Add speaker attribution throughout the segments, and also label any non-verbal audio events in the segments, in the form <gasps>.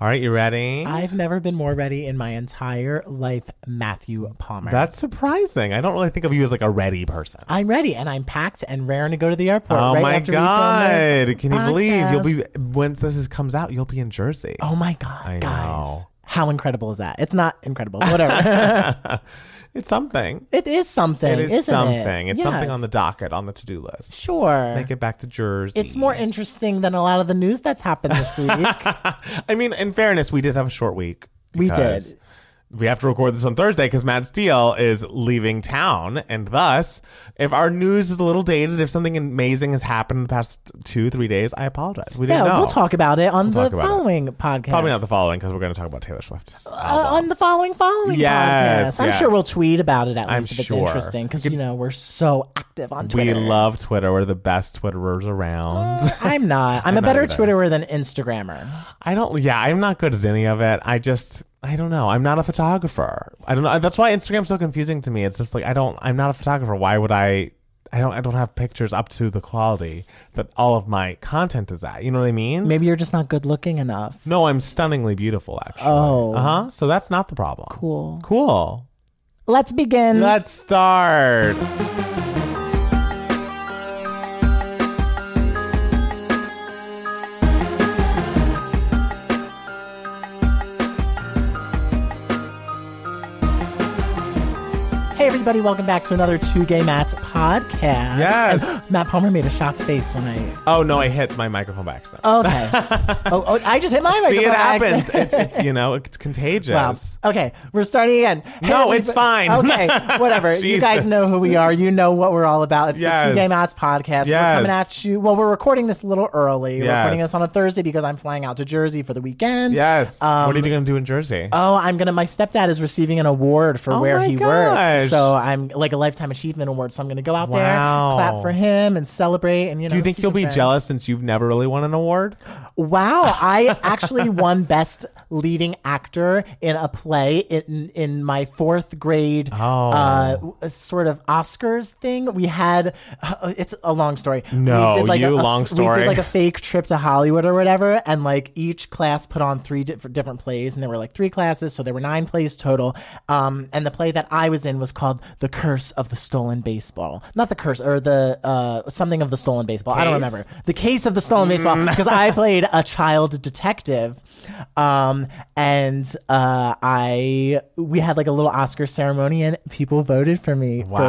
Speaker 1: All right, you ready?
Speaker 2: I've never been more ready in my entire life, Matthew
Speaker 1: Mm.
Speaker 2: Palmer.
Speaker 1: That's surprising. I don't really think of you as like a ready person.
Speaker 2: I'm ready and I'm packed and raring to go to the airport.
Speaker 1: oh
Speaker 2: right
Speaker 1: my
Speaker 2: after we film
Speaker 1: god!
Speaker 2: this
Speaker 1: Can you believe you'll
Speaker 2: podcast.
Speaker 1: be when this is, comes out? You'll be in Jersey.
Speaker 2: Oh my god,
Speaker 1: I
Speaker 2: guys.
Speaker 1: know.
Speaker 2: How incredible is that? It's not incredible.
Speaker 1: <laughs>
Speaker 2: Whatever.
Speaker 1: It's something.
Speaker 2: it is something.
Speaker 1: It is
Speaker 2: isn't
Speaker 1: something.
Speaker 2: It?
Speaker 1: It's something on the
Speaker 2: Yes.
Speaker 1: docket, on the to do list.
Speaker 2: Sure.
Speaker 1: Make it back to Jersey.
Speaker 2: it's more interesting than a lot of the news that's happened this week.
Speaker 1: <laughs> I mean, in fairness, we did have a short week.
Speaker 2: We
Speaker 1: because
Speaker 2: did.
Speaker 1: We have to record this on Thursday because Matt Steele is leaving town. And thus, if our news is a little dated, if something amazing has happened in the past two, three days, I apologize. We
Speaker 2: yeah,
Speaker 1: didn't know.
Speaker 2: we'll talk about it on
Speaker 1: talk about
Speaker 2: the
Speaker 1: it.
Speaker 2: following podcast.
Speaker 1: Probably not the following because we're going to talk about Taylor Swift.
Speaker 2: uh, on the following following
Speaker 1: Yes,
Speaker 2: podcast. I'm
Speaker 1: yes.
Speaker 2: sure we'll tweet about it at least
Speaker 1: I'm
Speaker 2: if it's
Speaker 1: sure.
Speaker 2: interesting because you know we're so active on
Speaker 1: we
Speaker 2: Twitter. Uh.
Speaker 1: love Twitter. We're the best Twitterers around.
Speaker 2: <laughs> I'm not. I'm, a better
Speaker 1: either.
Speaker 2: Twitterer than Instagrammer.
Speaker 1: I don't. Yeah, I'm not good at any of it. I just. I don't know. I'm not a photographer. I don't know. That's why Instagram's so confusing to me. It's just like I don't. I'm not a photographer. Why would I? I don't. I don't have pictures up to the quality that all of my content is at. You know what I mean?
Speaker 2: Maybe you're just not good looking enough.
Speaker 1: No, I'm stunningly beautiful. Actually.
Speaker 2: Oh.
Speaker 1: Uh huh. So that's not the problem.
Speaker 2: Cool.
Speaker 1: Cool.
Speaker 2: Let's begin.
Speaker 1: Let's start.
Speaker 2: hey everybody, welcome back to another Two Gay Mats podcast.
Speaker 1: Yes.
Speaker 2: And Matt Palmer made a shocked face when I.
Speaker 1: Oh no, I hit my microphone by accident. <laughs>
Speaker 2: Okay. oh, oh, I just hit my
Speaker 1: See, it
Speaker 2: microphone accident.
Speaker 1: happens. it's, it's you know, it's contagious.
Speaker 2: Wow. Um, Okay, we're starting again. Hey,
Speaker 1: No, it's
Speaker 2: everybody-
Speaker 1: fine. <laughs>
Speaker 2: Okay, whatever. you guys
Speaker 1: Jesus.
Speaker 2: know who we are. You know what we're all about. It's
Speaker 1: Yes.
Speaker 2: the Two Game Outs podcast. We're
Speaker 1: Yes.
Speaker 2: coming at you. Well, we're recording this a little early. We're
Speaker 1: Yes.
Speaker 2: recording this on a Thursday because I'm flying out to Jersey for the weekend.
Speaker 1: Yes. what
Speaker 2: Um,
Speaker 1: are you going to do in Jersey?
Speaker 2: Oh, I'm gonna. My stepdad is receiving an award for
Speaker 1: Oh
Speaker 2: where
Speaker 1: my
Speaker 2: he
Speaker 1: gosh.
Speaker 2: works, so I'm like a lifetime achievement award. So I'm gonna go out
Speaker 1: Wow.
Speaker 2: there, clap for him, and celebrate. And you know,
Speaker 1: Do you think
Speaker 2: see
Speaker 1: you'll
Speaker 2: some
Speaker 1: be
Speaker 2: friends.
Speaker 1: jealous since you've never really won an award?
Speaker 2: Mm. Wow, I
Speaker 1: <laughs>
Speaker 2: actually won best leading actor in a play in in my fourth grade
Speaker 1: Oh.
Speaker 2: uh, w- sort of Oscars thing. We had uh, it's a long story.
Speaker 1: No, you long
Speaker 2: We
Speaker 1: story.
Speaker 2: did like a fake trip to Hollywood or whatever, and like each class put on three di- different plays, and there were like three classes, so there were nine plays total. Um, and the play that I was in was called "The Curse of the Stolen Baseball," not the curse or the uh, something of the stolen baseball. I don't
Speaker 1: Case? Mm.
Speaker 2: remember the case of the stolen baseball because I played a child detective, um, and uh, I we had like a little Oscar ceremony and people voted for me
Speaker 1: Wow.
Speaker 2: for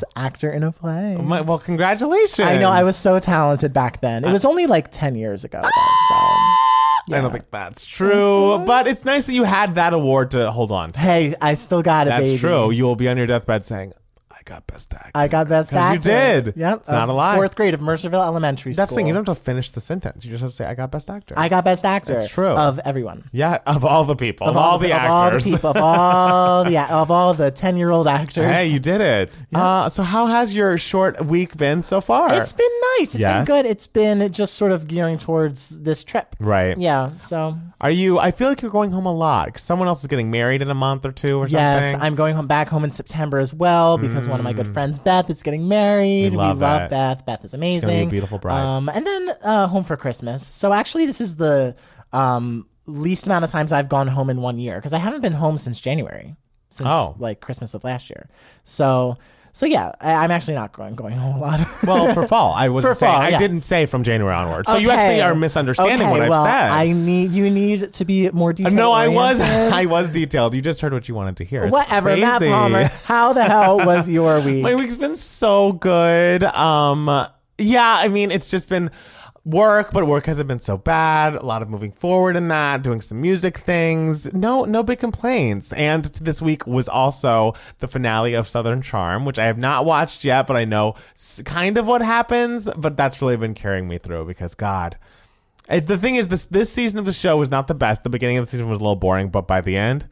Speaker 2: best actor in a play.
Speaker 1: My- well, congratulations.
Speaker 2: I know I was so talented back then. It was only like ten years ago. Though, so.
Speaker 1: I don't think that's true,
Speaker 2: Mm-hmm.
Speaker 1: but it's nice that you had that award to hold on to.
Speaker 2: Hey, I still got it,
Speaker 1: That's
Speaker 2: baby.
Speaker 1: true. You will be on your deathbed saying, "I got best actor."
Speaker 2: I got best
Speaker 1: 'Cause you
Speaker 2: actor.
Speaker 1: did.
Speaker 2: Yep.
Speaker 1: It's not
Speaker 2: of
Speaker 1: a lie.
Speaker 2: Fourth grade of Mercerville Elementary
Speaker 1: that's the
Speaker 2: School.
Speaker 1: thing. You don't have to finish the sentence. You just have to say, "I got best actor."
Speaker 2: I got best actor.
Speaker 1: That's true.
Speaker 2: Of everyone.
Speaker 1: yeah, of all the people, of, all, the
Speaker 2: of all the
Speaker 1: actors. <laughs>
Speaker 2: people, of all the of all the ten year old actors.
Speaker 1: hey, you did it. Uh, so, how has your short week been so far?
Speaker 2: it's been nice. It's
Speaker 1: Yes.
Speaker 2: been good. It's been just sort of gearing towards this trip.
Speaker 1: right.
Speaker 2: Yeah. So
Speaker 1: Are you? I feel like you're going home a lot 'cause someone else is getting married in a month or two or
Speaker 2: yes,
Speaker 1: something. Mm.
Speaker 2: I'm going home back home in September as well because one of my good friends, Beth, is getting married.
Speaker 1: We love it.
Speaker 2: Beth. Beth is amazing.
Speaker 1: beautiful bride.
Speaker 2: Um, and then uh, home for Christmas. So actually, this is the um, least amount of times I've gone home in one year because I haven't been home since January, since
Speaker 1: Oh.
Speaker 2: like Christmas of last year. So. So yeah, I, I'm actually not going going home a lot.
Speaker 1: Well, for fall,
Speaker 2: <laughs>
Speaker 1: I was
Speaker 2: For
Speaker 1: saying
Speaker 2: fall,
Speaker 1: I
Speaker 2: yeah.
Speaker 1: didn't say from January onward. So you
Speaker 2: Okay.
Speaker 1: actually are misunderstanding
Speaker 2: Okay,
Speaker 1: what I've
Speaker 2: well,
Speaker 1: said.
Speaker 2: I need you need to be more detailed.
Speaker 1: no, I was <laughs>
Speaker 2: oriented.
Speaker 1: I was detailed. You just heard what you wanted to hear. It's
Speaker 2: Whatever,
Speaker 1: crazy.
Speaker 2: Matt Palmer. How the
Speaker 1: <laughs>
Speaker 2: hell was your week?
Speaker 1: My week's been so good. Um, yeah, I mean, it's just been work, but work hasn't been so bad. A lot of moving forward in that, doing some music things. No, no big complaints. And this week was also the finale of Southern Charm, which I have not watched yet, but I know s- kind of what happens. But that's really been carrying me through because God. Uh, The thing is, this this season of the show was not the best. The beginning of the season was a little boring, but by the end,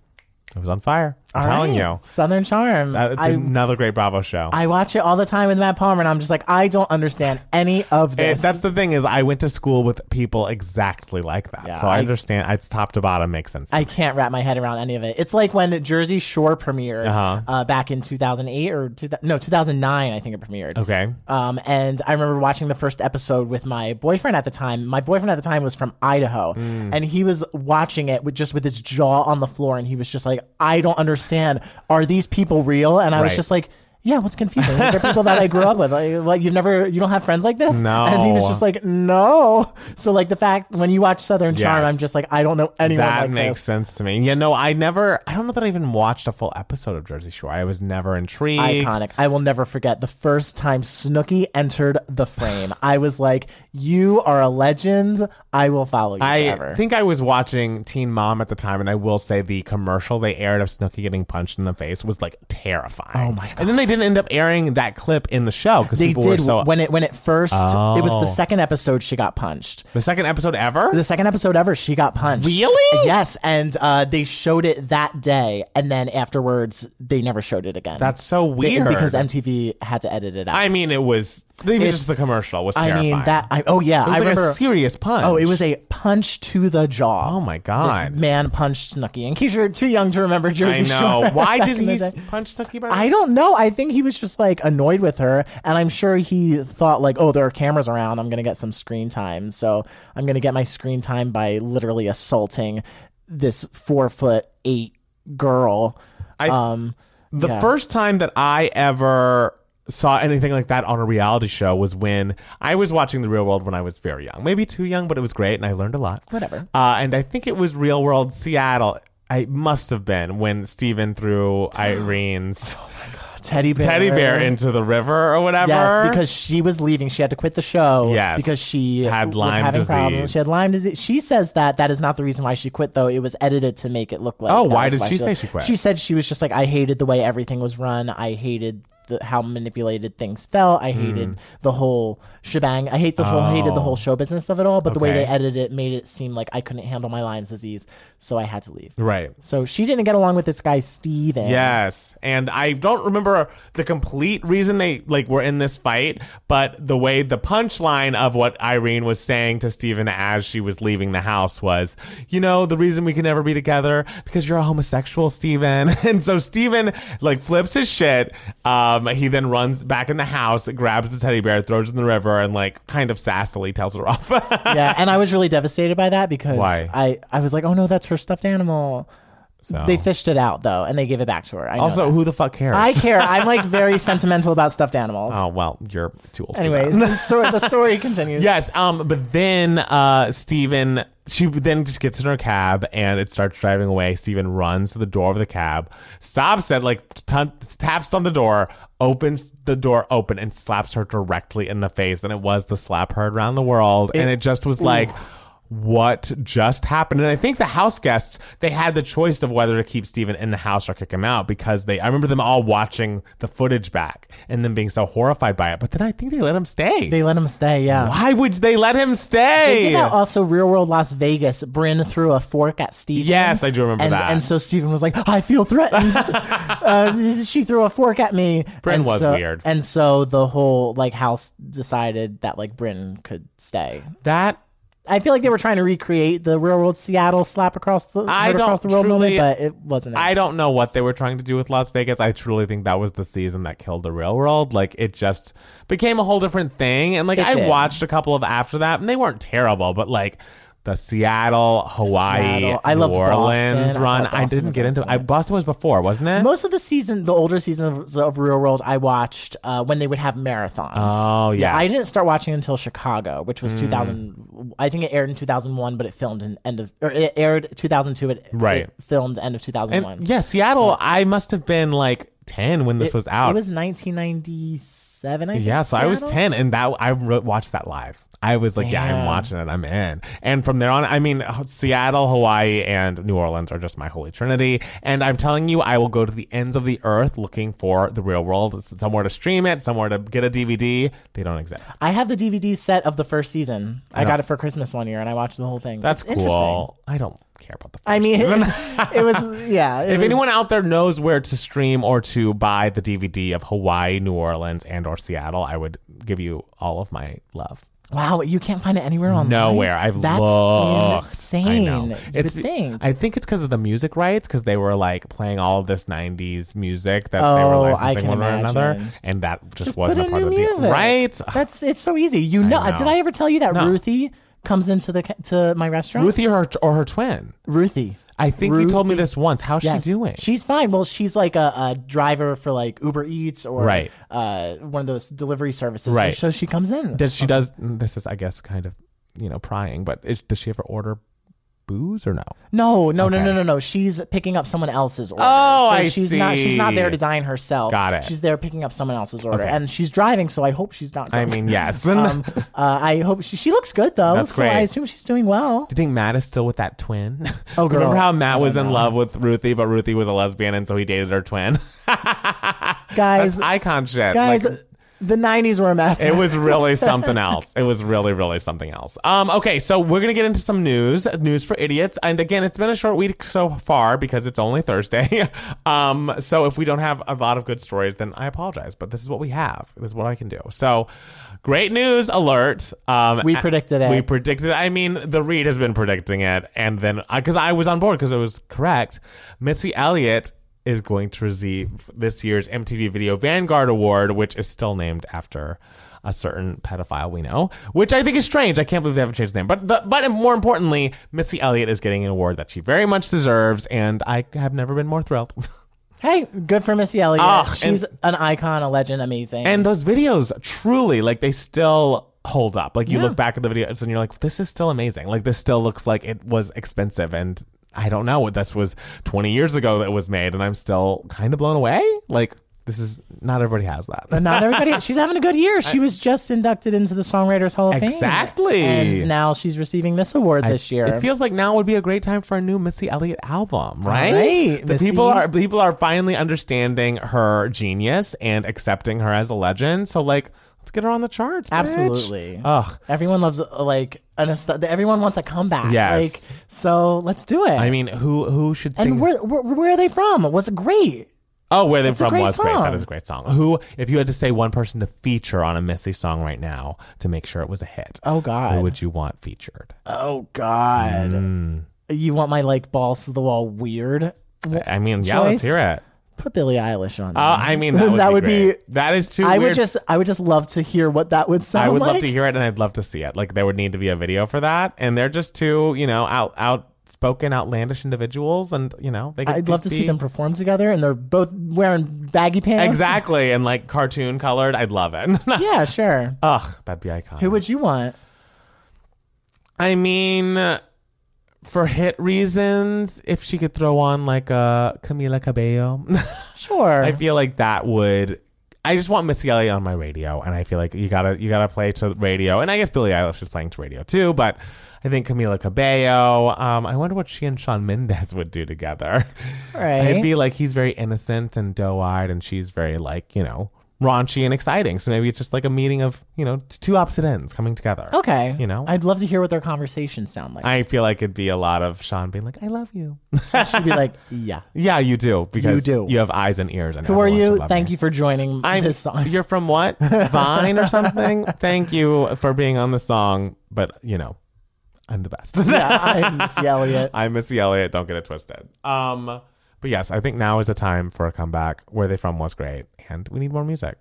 Speaker 1: it was on fire. I'm
Speaker 2: All
Speaker 1: telling
Speaker 2: right.
Speaker 1: you.
Speaker 2: Southern Charm.
Speaker 1: Uh, It's
Speaker 2: I,
Speaker 1: another great Bravo show.
Speaker 2: I watch it all the time with Matt Palmer, and I'm just like, I don't understand any of
Speaker 1: It-
Speaker 2: this.
Speaker 1: Eh, that's the thing is I went to school with people exactly like that.
Speaker 2: Yeah,
Speaker 1: so I,
Speaker 2: I-
Speaker 1: understand it's top to bottom makes sense.
Speaker 2: I can't wrap my head around any of it. It's like when Jersey Shore premiered
Speaker 1: Uh-huh.
Speaker 2: uh back in 2008 or two, no 2009, I think it premiered.
Speaker 1: okay.
Speaker 2: Um, and I remember watching the first episode with my boyfriend at the time. My boyfriend at the time was from Idaho,
Speaker 1: Mm.
Speaker 2: and he was watching it with just with his jaw on the floor, and he was just like, "I don't understand. Are these people real?" And I was
Speaker 1: Right.
Speaker 2: just like. Yeah, what's confusing? These are people that I grew up with. Like, like, you've never, you don't have friends like this.
Speaker 1: No.
Speaker 2: and he was just like, no. So like the fact when you watch Southern Charm,
Speaker 1: Yes.
Speaker 2: I'm just like, I don't know anyone
Speaker 1: That
Speaker 2: like
Speaker 1: makes
Speaker 2: this.
Speaker 1: sense to me. Yeah, no, I never I don't know that I even watched a full episode of Jersey Shore. I was never intrigued.
Speaker 2: iconic. I will never forget the first time Snooki entered the frame. I was like, "You are a legend. I will follow you
Speaker 1: I
Speaker 2: forever."
Speaker 1: think I was watching Teen Mom at the time, and I will say the commercial they aired of Snooki getting punched in the face was like terrifying. Oh my god! And then they didn't end up airing that clip in the show because
Speaker 2: they
Speaker 1: people were
Speaker 2: did
Speaker 1: so.
Speaker 2: when it when it first. It was
Speaker 1: Oh.
Speaker 2: the second episode she got punched.
Speaker 1: the second episode ever.
Speaker 2: The second episode ever, she got punched.
Speaker 1: Really?
Speaker 2: Yes, and uh, they showed it that day, and then afterwards, they never showed it again.
Speaker 1: That's so
Speaker 2: They-
Speaker 1: weird.
Speaker 2: because MTV had to edit it out.
Speaker 1: I mean, it was even just the commercial was
Speaker 2: I
Speaker 1: terrifying.
Speaker 2: mean that. I, oh yeah,
Speaker 1: it was
Speaker 2: I
Speaker 1: like
Speaker 2: remember.
Speaker 1: a serious punch.
Speaker 2: oh, it was a punch to the jaw.
Speaker 1: Oh my
Speaker 2: This
Speaker 1: <laughs> god!
Speaker 2: man punched Snooki. In case you're too young to remember
Speaker 1: I
Speaker 2: Jersey
Speaker 1: know.
Speaker 2: Shore.
Speaker 1: Why <laughs>
Speaker 2: <laughs> back
Speaker 1: did
Speaker 2: in the
Speaker 1: he
Speaker 2: day.
Speaker 1: s- punch Snooki? By
Speaker 2: I don't know. I think he was just like annoyed with her, and I'm sure he thought like, "Oh, there are cameras around. I'm gonna get some screen time. So I'm gonna get my screen time by literally assaulting this four foot eight girl."
Speaker 1: I-
Speaker 2: um,
Speaker 1: The
Speaker 2: Yeah.
Speaker 1: first time that I ever saw anything like that on a reality show was when I was watching The Real World when I was very young. Maybe too young, but it was great and I learned a lot.
Speaker 2: Whatever.
Speaker 1: Uh, and I think it was Real World Seattle. I must have been when Steven
Speaker 2: <gasps>
Speaker 1: threw Irene's
Speaker 2: Oh, teddy bear.
Speaker 1: teddy bear into the river or whatever.
Speaker 2: Yes, because she was leaving. She had to quit the show.
Speaker 1: Yes.
Speaker 2: because she
Speaker 1: Had
Speaker 2: was
Speaker 1: Lyme
Speaker 2: having
Speaker 1: disease.
Speaker 2: problems. She had Lyme disease. She says that that is not the reason why she quit, though. It was edited to make it look like.
Speaker 1: Oh,
Speaker 2: that
Speaker 1: why
Speaker 2: was
Speaker 1: did she say
Speaker 2: left.
Speaker 1: she quit?
Speaker 2: She said she was just like, I hated the way everything was run. I hated. The, how manipulated things felt. I
Speaker 1: Hmm.
Speaker 2: hated the whole shebang. I hate the whole hated the whole show business of it all. But the way
Speaker 1: Oh. Okay.
Speaker 2: they edited it made it seem like I couldn't handle my Lyme disease, so I had to leave.
Speaker 1: right.
Speaker 2: So she didn't get along with this guy Steven.
Speaker 1: Yes, and I don't remember the complete reason they like were in this fight, but the way the punchline of what Irene was saying to Steven as she was leaving the house was, you know, the reason we can never be together because you're a homosexual, Steven. <laughs> And so Steven like flips his shit. Um, he then runs back in the house, grabs the teddy bear, throws it in the river, and like kind of sassily tells her off. <laughs>
Speaker 2: yeah, and I was really devastated by that because
Speaker 1: Why?
Speaker 2: I, I was like, oh no, that's her stuffed animal.
Speaker 1: so.
Speaker 2: They fished it out though, and they gave it back to her. I know
Speaker 1: Oh. also,
Speaker 2: that.
Speaker 1: who the fuck cares? <laughs>
Speaker 2: I care. I'm like very sentimental about stuffed animals.
Speaker 1: oh well, you're too old. for that.
Speaker 2: Anyways, the story the story continues.
Speaker 1: Yes. Um. But then, uh, Steven, she then just gets in her cab and it starts driving away. Steven runs to the door of the cab, stops it, like t- taps on the door, opens the door open, and slaps her directly in the face. And it was the slap heard around the world. and it just was like. What just happened? And I think the house guests they had the choice of whether to keep Steven in the house or kick him out because they. I remember them all watching the footage back and them being so horrified by it. But then I think they let him stay.
Speaker 2: They let him stay. Yeah.
Speaker 1: Why would they let him
Speaker 2: They
Speaker 1: stay?
Speaker 2: did that also Real World Las Vegas. Bryn threw a fork at Steven.
Speaker 1: Yes, I do remember
Speaker 2: and,
Speaker 1: that.
Speaker 2: And so Steven was like, I feel threatened.
Speaker 1: <laughs>
Speaker 2: uh, she threw a fork at me.
Speaker 1: Bryn
Speaker 2: And
Speaker 1: was
Speaker 2: so-
Speaker 1: weird.
Speaker 2: And so the whole like house decided that like Bryn could stay.
Speaker 1: That
Speaker 2: I feel like they were trying to recreate the real world Seattle slap across the
Speaker 1: I
Speaker 2: heard across
Speaker 1: don't
Speaker 2: the world
Speaker 1: truly-
Speaker 2: moment, but it wasn't.
Speaker 1: I don't know what they were trying to do with Las Vegas. I truly think that was the season that killed the real world. Like it just became a whole different thing. And like I
Speaker 2: did.
Speaker 1: watched a couple of after that, and they weren't terrible, but like the Seattle, Hawaii,
Speaker 2: Seattle. I
Speaker 1: New
Speaker 2: loved Boston.
Speaker 1: Orleans
Speaker 2: I thought
Speaker 1: run. I,
Speaker 2: Boston
Speaker 1: didn't
Speaker 2: was
Speaker 1: get into. I
Speaker 2: excellent.
Speaker 1: Boston was before, wasn't it?
Speaker 2: Most of the season, the older seasons of Real World, I watched uh, when they would have marathons.
Speaker 1: Oh,
Speaker 2: yeah. I
Speaker 1: yes. Hmm.
Speaker 2: didn't start watching until Chicago, which was 2000. I think it aired in 2001, but it filmed in end of or it aired 2002. It,
Speaker 1: Right.
Speaker 2: it filmed end of 2001.
Speaker 1: and yeah, Seattle. I must have been like ten when this was out.
Speaker 2: It was 1997. seven. I think,
Speaker 1: Yes, I was
Speaker 2: Seattle?
Speaker 1: 10 and that I wrote, watched that live. I was like, yeah, I'm
Speaker 2: Damn.
Speaker 1: watching it. I'm in. And from there on, I mean, Seattle, Hawaii, and New Orleans are just my holy trinity. And I'm telling you, I will go to the ends of the earth looking for the real world, It's somewhere to stream it, somewhere to get a DVD. They don't exist.
Speaker 2: I have the DVD set of the first season. I, got it for Christmas one year, and I watched the whole thing.
Speaker 1: That's
Speaker 2: It's Interesting.
Speaker 1: cool. I don't care about the first
Speaker 2: I mean, it,
Speaker 1: <laughs> season.
Speaker 2: was <laughs> yeah. it
Speaker 1: if
Speaker 2: was-
Speaker 1: anyone out there knows where to stream or to buy the DVD of Hawaii, New Orleans, and or Seattle, I would give you all of my love.
Speaker 2: wow, you can't find it anywhere online.
Speaker 1: Nowhere. I've
Speaker 2: That's
Speaker 1: looked.
Speaker 2: insane.
Speaker 1: I know.
Speaker 2: You
Speaker 1: It's
Speaker 2: would think.
Speaker 1: I think it's because of the music rights, because they were like playing all of this '90s music that they were
Speaker 2: Oh, I
Speaker 1: licensing
Speaker 2: can
Speaker 1: one or another,
Speaker 2: imagine.
Speaker 1: and that just,
Speaker 2: Just put
Speaker 1: wasn't a
Speaker 2: in
Speaker 1: part
Speaker 2: new
Speaker 1: of the
Speaker 2: music.
Speaker 1: deal, right?
Speaker 2: That's it's so easy. You know,
Speaker 1: know.
Speaker 2: Did I ever tell you that
Speaker 1: No.
Speaker 2: Ruthie comes into the ca- to my restaurant?
Speaker 1: Ruthie or her, or her twin.
Speaker 2: Ruthie.
Speaker 1: I think you told me this once. How's
Speaker 2: Yes.
Speaker 1: she doing?
Speaker 2: She's fine. Well, she's like a, a driver for like Uber Eats or
Speaker 1: Right.
Speaker 2: uh, one of those delivery services. So-
Speaker 1: Right.
Speaker 2: So, she comes in.
Speaker 1: Does she does? mm, This is, I guess, kind of you know prying, but is, does she ever order booze or no?
Speaker 2: No, no, no,
Speaker 1: Okay.
Speaker 2: no, no, no. She's picking up someone else's order.
Speaker 1: Oh,
Speaker 2: so
Speaker 1: I
Speaker 2: she's Not, she's not there
Speaker 1: see.
Speaker 2: to dine herself.
Speaker 1: Got it.
Speaker 2: She's there picking up someone else's order, and she's driving. So I hope she's not.
Speaker 1: I
Speaker 2: drunk.
Speaker 1: mean, yes.
Speaker 2: <laughs> um, uh, I hope she, she looks good though.
Speaker 1: That's
Speaker 2: so I
Speaker 1: great.
Speaker 2: assume she's doing well.
Speaker 1: <laughs> Do you think Matt is still with that twin? <laughs>
Speaker 2: Oh,
Speaker 1: Remember
Speaker 2: girl.
Speaker 1: how Matt was in love with Ruthie, but Ruthie was a lesbian, and so he dated her twin? <laughs>
Speaker 2: Guys,
Speaker 1: That's icon shit.
Speaker 2: guys,
Speaker 1: Like,
Speaker 2: the '90s were a mess.
Speaker 1: it was really something else. It was really, really something else. Um, okay, so we're gonna get into some news, news for idiots. And again, it's been a short week so far because it's only Thursday. <laughs> um, so if we don't have a lot of good stories, then I apologize. But this is what we have. This is what I can do. So, great news alert. Um,
Speaker 2: We predicted it.
Speaker 1: We predicted. I mean, the read has been predicting it, and then because I was on board because it was correct, Missy Elliott is going to receive this year's MTV Video Vanguard Award, which is still named after a certain pedophile we know, which I think is strange. I can't believe they haven't changed the name. But but, but more importantly, Missy Elliott is getting an award that she very much deserves, and I have never been more thrilled. <laughs>
Speaker 2: hey, good for Missy Elliott.
Speaker 1: Ugh,
Speaker 2: she's an icon, a legend, amazing.
Speaker 1: Ah, And those videos truly, like, they still hold up. Like, you look back at the videos and you're like, this is still amazing. Like, this still looks like it was expensive. And I don't know. This was 20 years ago that it was made, and I'm still kind of blown away. Like, this is not everybody has that.
Speaker 2: But not
Speaker 1: <laughs>
Speaker 2: everybody. She's having a good year. She was just inducted into the Songwriters Hall of
Speaker 1: Exactly.
Speaker 2: Fame. And now she's receiving this award this year.
Speaker 1: It feels like now would be a great time for a new Missy Elliott album, right?
Speaker 2: right,
Speaker 1: the
Speaker 2: Missy.
Speaker 1: people are people are finally understanding her genius and accepting her as a legend. So like, let's get her on the charts. bitch.
Speaker 2: Absolutely.
Speaker 1: Ugh.
Speaker 2: Everyone loves uh, like an ast- everyone wants a comeback.
Speaker 1: Yes.
Speaker 2: Like, so let's do it.
Speaker 1: I mean, who who should sing
Speaker 2: and where, where where are they from? Was it great?
Speaker 1: Oh, where they
Speaker 2: a
Speaker 1: from
Speaker 2: great
Speaker 1: was great.
Speaker 2: song.
Speaker 1: That is a great song. Who, if you had to say one person to feature on a Missy song right now to make sure it was a hit,
Speaker 2: Oh God.
Speaker 1: who would you want featured?
Speaker 2: oh God.
Speaker 1: Hmm.
Speaker 2: You want my like balls to the wall weird?
Speaker 1: I mean, yeah, let's
Speaker 2: Choice?
Speaker 1: hear it.
Speaker 2: Put Billie Eilish on.
Speaker 1: Uh, I mean,
Speaker 2: <laughs>
Speaker 1: that would,
Speaker 2: That
Speaker 1: be,
Speaker 2: would be-
Speaker 1: great. that is too.
Speaker 2: I
Speaker 1: weird.
Speaker 2: would just I would just love to hear what that would sound
Speaker 1: I would
Speaker 2: like.
Speaker 1: love to hear it, and I'd love to see it. Like there would need to be a video for that. And they're just two, you know, out outspoken, outlandish individuals, and you know, they. Could
Speaker 2: I'd love to
Speaker 1: just
Speaker 2: see
Speaker 1: be-
Speaker 2: them perform together, and they're both wearing baggy pants.
Speaker 1: exactly and like cartoon colored. I'd love it. <laughs>
Speaker 2: Yeah, sure.
Speaker 1: Ugh, that'd be iconic.
Speaker 2: Who would you want?
Speaker 1: I mean, for hit reasons, if she could throw on like a Camila Cabello, <laughs>
Speaker 2: Sure.
Speaker 1: I feel like that would. I just want Missy Elliott on my radio, and I feel like you gotta you gotta play to radio, and I guess Billie Eilish is playing to radio too. But I think Camila Cabello. Um, I wonder what she and Sean Mendez <laughs> would do together.
Speaker 2: Right.
Speaker 1: It'd be like he's very innocent and doe eyed, and she's very like you know raunchy and exciting. So maybe it's just like a meeting of you know t- two opposite ends coming together.
Speaker 2: okay.
Speaker 1: You know?
Speaker 2: I'd love to hear what their conversations sound like.
Speaker 1: I feel like it'd be a lot of Sean being like, "I love you." <laughs>
Speaker 2: She'd be like, <laughs> "Yeah,
Speaker 1: yeah, you do because
Speaker 2: do.
Speaker 1: have eyes and ears. And
Speaker 2: who are you? Thank you for joining
Speaker 1: I'm,
Speaker 2: this song."
Speaker 1: You're from what? Vine or something? Thank you for being on the song, but you know, I'm the best.
Speaker 2: <laughs>
Speaker 1: <laughs>
Speaker 2: I'm Missy Elliott.
Speaker 1: I'm Missy Elliott. Don't get it twisted. Um, but yes, I think now is the time for a comeback. Where they from was great, and we need more music.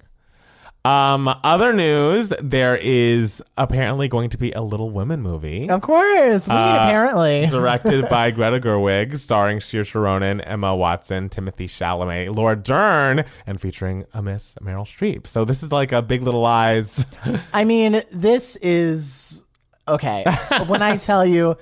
Speaker 1: Um, other news: there is apparently going to be a Little Women movie.
Speaker 2: Of course, we apparently.
Speaker 1: directed by Greta Gerwig, starring Saoirse Ronan, Emma Watson, Timothy Chalamet, Laura Dern, and featuring a Miss Meryl Streep. So this is like a Big Little
Speaker 2: <laughs>
Speaker 1: Lies.
Speaker 2: I mean, this is
Speaker 1: <laughs>
Speaker 2: okay. when I tell you,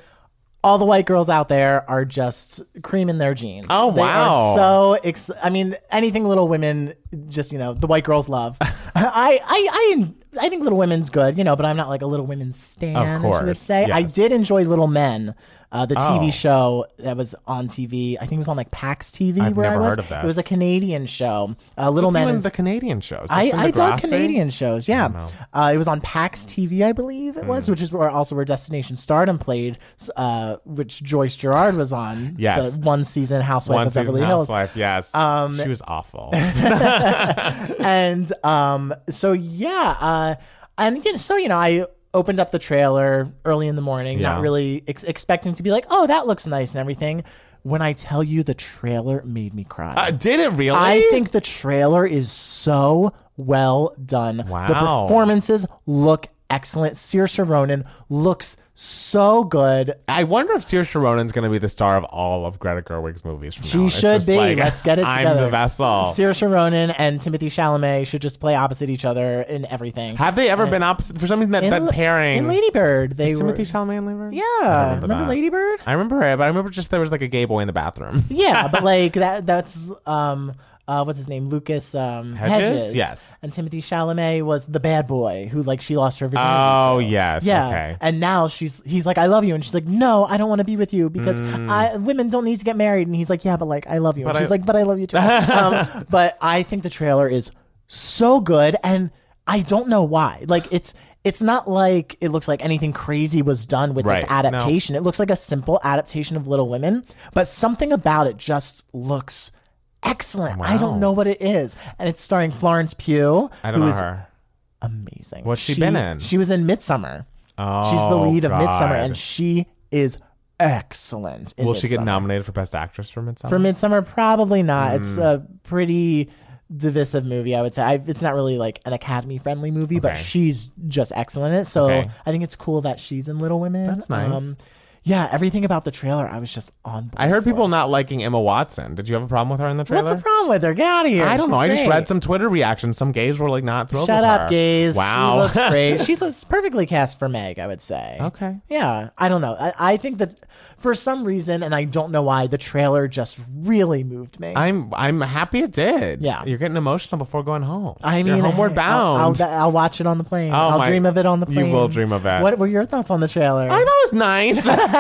Speaker 2: all the white girls out there are just creaming their jeans.
Speaker 1: Oh,
Speaker 2: They are
Speaker 1: wow.
Speaker 2: so ex- I mean, anything Little Women just you know the white
Speaker 1: <laughs>
Speaker 2: girls love. I I I I think Little Women's good, you know, but I'm not like a Little Women's stan.
Speaker 1: Of
Speaker 2: I should
Speaker 1: course,
Speaker 2: say I
Speaker 1: yes.
Speaker 2: did enjoy Little Men, uh, the
Speaker 1: Oh.
Speaker 2: TV show that was on TV. I think it was on like PAX TV.
Speaker 1: I've
Speaker 2: where I
Speaker 1: never
Speaker 2: was.
Speaker 1: heard of
Speaker 2: It was a
Speaker 1: this.
Speaker 2: Canadian show. Uh, Little Men
Speaker 1: Doing
Speaker 2: is
Speaker 1: the Canadian shows.
Speaker 2: I,
Speaker 1: Listen
Speaker 2: I
Speaker 1: to
Speaker 2: did
Speaker 1: Degrassi?
Speaker 2: Canadian shows,
Speaker 1: Oh,
Speaker 2: yeah. Uh, it was on PAX TV, I believe it
Speaker 1: Mm.
Speaker 2: was, which is where also where Destination Stardom played, s- uh, which Joyce Gerard was on.
Speaker 1: Yes.
Speaker 2: the one season housewife
Speaker 1: One
Speaker 2: of
Speaker 1: season
Speaker 2: Beverly Hills,
Speaker 1: housewife. Yes,
Speaker 2: Um,
Speaker 1: she was
Speaker 2: <laughs>
Speaker 1: awful.
Speaker 2: and um, so yeah, uh, and again, so you know, I opened up the trailer early in the morning,
Speaker 1: Yeah.
Speaker 2: not really ex- expecting to be like, oh, that looks nice and everything. When I tell you, the trailer made me cry.
Speaker 1: Uh, did it really?
Speaker 2: I think the trailer is so well done. The
Speaker 1: Wow.
Speaker 2: performances look excellent. Saoirse Ronan looks so good.
Speaker 1: I wonder if Saoirse Ronan's going to be the star of all of Greta Gerwig's movies. From now
Speaker 2: She
Speaker 1: on. It's
Speaker 2: should
Speaker 1: just
Speaker 2: be.
Speaker 1: like,
Speaker 2: Let's get it
Speaker 1: <laughs> I'm
Speaker 2: together.
Speaker 1: the vessel.
Speaker 2: Saoirse Ronan and Timothy Chalamet should just play opposite each other in everything.
Speaker 1: Have they ever been opposite? For some reason, that, that
Speaker 2: in,
Speaker 1: pairing.
Speaker 2: in Lady Bird, they were.
Speaker 1: Timothy Chalamet and Lady Bird?
Speaker 2: yeah,
Speaker 1: I
Speaker 2: remember,
Speaker 1: that.
Speaker 2: Lady Bird?
Speaker 1: <laughs> I remember it, but I remember just there was like a gay boy in the bathroom.
Speaker 2: Yeah, but like that—that's um, uh, what's his name, Lucas um,
Speaker 1: Hedges?
Speaker 2: Hedges?
Speaker 1: Yes.
Speaker 2: and Timothy Chalamet was the bad boy who like she lost her virginity.
Speaker 1: Oh, yes.
Speaker 2: Yeah.
Speaker 1: Okay.
Speaker 2: And now she's he's like, I love you, and she's like, No, I don't want to be with you because I women don't need to get married. And he's like, Yeah, but like I love you.
Speaker 1: Mm. But
Speaker 2: and she's
Speaker 1: I-
Speaker 2: like, But I love
Speaker 1: <laughs>
Speaker 2: you too. um, but I think the trailer is so good, and I don't know why. Like it's it's not like it looks like anything crazy was done with
Speaker 1: Right.
Speaker 2: this
Speaker 1: No.
Speaker 2: adaptation. It looks like a simple adaptation of Little Women, but something about it just looks. Excellent. I
Speaker 1: Wow.
Speaker 2: don't know what it is. And it's starring Florence Pugh,
Speaker 1: I don't
Speaker 2: who
Speaker 1: know
Speaker 2: is
Speaker 1: her.
Speaker 2: amazing.
Speaker 1: What's she been in?
Speaker 2: She was in Midsummer.
Speaker 1: Oh,
Speaker 2: She's the lead of
Speaker 1: God.
Speaker 2: Midsummer, and she is excellent. In
Speaker 1: Will she get
Speaker 2: Midsommar.
Speaker 1: nominated for Best Actress for Midsummer?
Speaker 2: for Midsummer? Probably not. It's
Speaker 1: Hmm.
Speaker 2: a pretty divisive movie, I would say. I, it's not really like an Academy friendly movie, but
Speaker 1: Okay.
Speaker 2: she's just excellent in it. So
Speaker 1: Okay.
Speaker 2: I think it's cool that she's in Little Women. Um,
Speaker 1: That's nice.
Speaker 2: yeah, everything about the trailer, I was just on. Board
Speaker 1: I heard
Speaker 2: for.
Speaker 1: people not liking Emma Watson. Did you have a problem with her in the trailer?
Speaker 2: What's the problem with her? Get out of here!
Speaker 1: I don't know.
Speaker 2: She's
Speaker 1: I just
Speaker 2: great.
Speaker 1: read some Twitter reactions. Some gays were like not thrilled
Speaker 2: Shut
Speaker 1: with
Speaker 2: up,
Speaker 1: her.
Speaker 2: gays.
Speaker 1: Wow.
Speaker 2: She
Speaker 1: <laughs>
Speaker 2: looks great. she looks perfectly cast for Meg, I would say.
Speaker 1: okay.
Speaker 2: Yeah, I don't know. I, I think that for some reason, and I don't know why, the trailer just really moved me.
Speaker 1: I'm I'm happy it did.
Speaker 2: Yeah.
Speaker 1: You're getting emotional before going home.
Speaker 2: I
Speaker 1: You're
Speaker 2: mean,
Speaker 1: homeward
Speaker 2: hey, I'll-
Speaker 1: bound. Oh
Speaker 2: I'll, I'll, watch it on the plane. I'll
Speaker 1: my-
Speaker 2: dream of it on the
Speaker 1: You
Speaker 2: plane.
Speaker 1: will dream of it.
Speaker 2: What were your thoughts on the trailer?
Speaker 1: <laughs> I thought it was
Speaker 2: <laughs>
Speaker 1: nice. <laughs>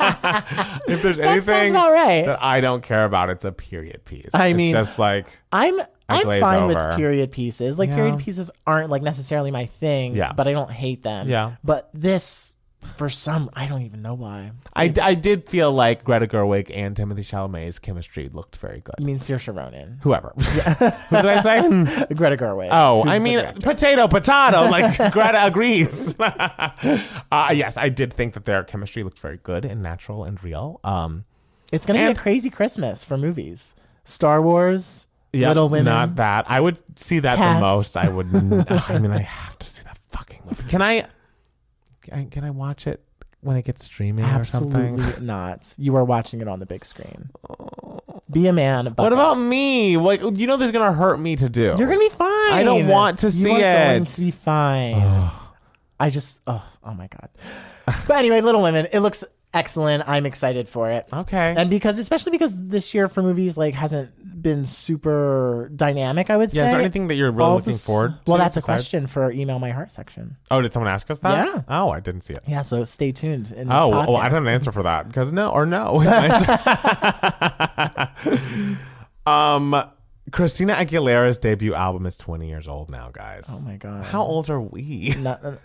Speaker 1: if there's
Speaker 2: sounds
Speaker 1: anything
Speaker 2: about right.
Speaker 1: that I don't care about, it's a period piece.
Speaker 2: I
Speaker 1: It's
Speaker 2: mean-
Speaker 1: just like
Speaker 2: I'm I'm
Speaker 1: glaze
Speaker 2: fine
Speaker 1: over.
Speaker 2: with period pieces. Like period pieces aren't like necessarily my thing.
Speaker 1: Yeah.
Speaker 2: but I don't hate them.
Speaker 1: Yeah.
Speaker 2: but this. For some, I don't even know why.
Speaker 1: I, I did feel like Greta Gerwig and Timothy Chalamet's chemistry looked very good.
Speaker 2: You mean
Speaker 1: <laughs>
Speaker 2: Saoirse Ronan,
Speaker 1: Whoever. Who did I say?
Speaker 2: <laughs> Greta Gerwig?
Speaker 1: Oh,
Speaker 2: who's
Speaker 1: I
Speaker 2: the
Speaker 1: mean,
Speaker 2: director.
Speaker 1: potato, potato. Like <laughs> Greta agrees. <laughs> uh, yes, I did think that their chemistry looked very good and natural and real. Um,
Speaker 2: it's gonna
Speaker 1: and-
Speaker 2: be a crazy Christmas for movies. Star Wars,
Speaker 1: yeah,
Speaker 2: Little Women,
Speaker 1: Not that I would see that the
Speaker 2: Cats.
Speaker 1: most. I would.
Speaker 2: <laughs>
Speaker 1: ugh, I mean, I have to see that fucking movie. Can I? Can I, can I watch it when it gets streaming or something? <laughs>
Speaker 2: Absolutely not. You are watching it on the big screen. Be a man. buck
Speaker 1: What
Speaker 2: up.
Speaker 1: about me? Like you know, this is gonna hurt me to do.
Speaker 2: You're gonna be fine.
Speaker 1: I don't want to see
Speaker 2: you are Going
Speaker 1: it.
Speaker 2: to be fine. I just. Oh, oh my god. but anyway, Little Women. It looks excellent. I'm excited for it.
Speaker 1: okay.
Speaker 2: And because, especially because this year for movies like hasn't been super dynamic, I would say.
Speaker 1: yeah, is there anything that you're really
Speaker 2: All
Speaker 1: looking
Speaker 2: this-
Speaker 1: forward?
Speaker 2: Well,
Speaker 1: to
Speaker 2: that's a
Speaker 1: besides-
Speaker 2: question for our email my heart section.
Speaker 1: Oh, did someone ask us that?
Speaker 2: Yeah.
Speaker 1: Oh, I didn't see it.
Speaker 2: Yeah, so stay tuned. In
Speaker 1: Oh,
Speaker 2: the
Speaker 1: well, I
Speaker 2: podcast.
Speaker 1: don't have an answer for that because no or no. <laughs> is my answer. <laughs> um, Christina Aguilera's debut album is 20 years old now, guys.
Speaker 2: Oh my god.
Speaker 1: How old are we? <laughs>
Speaker 2: Not, uh,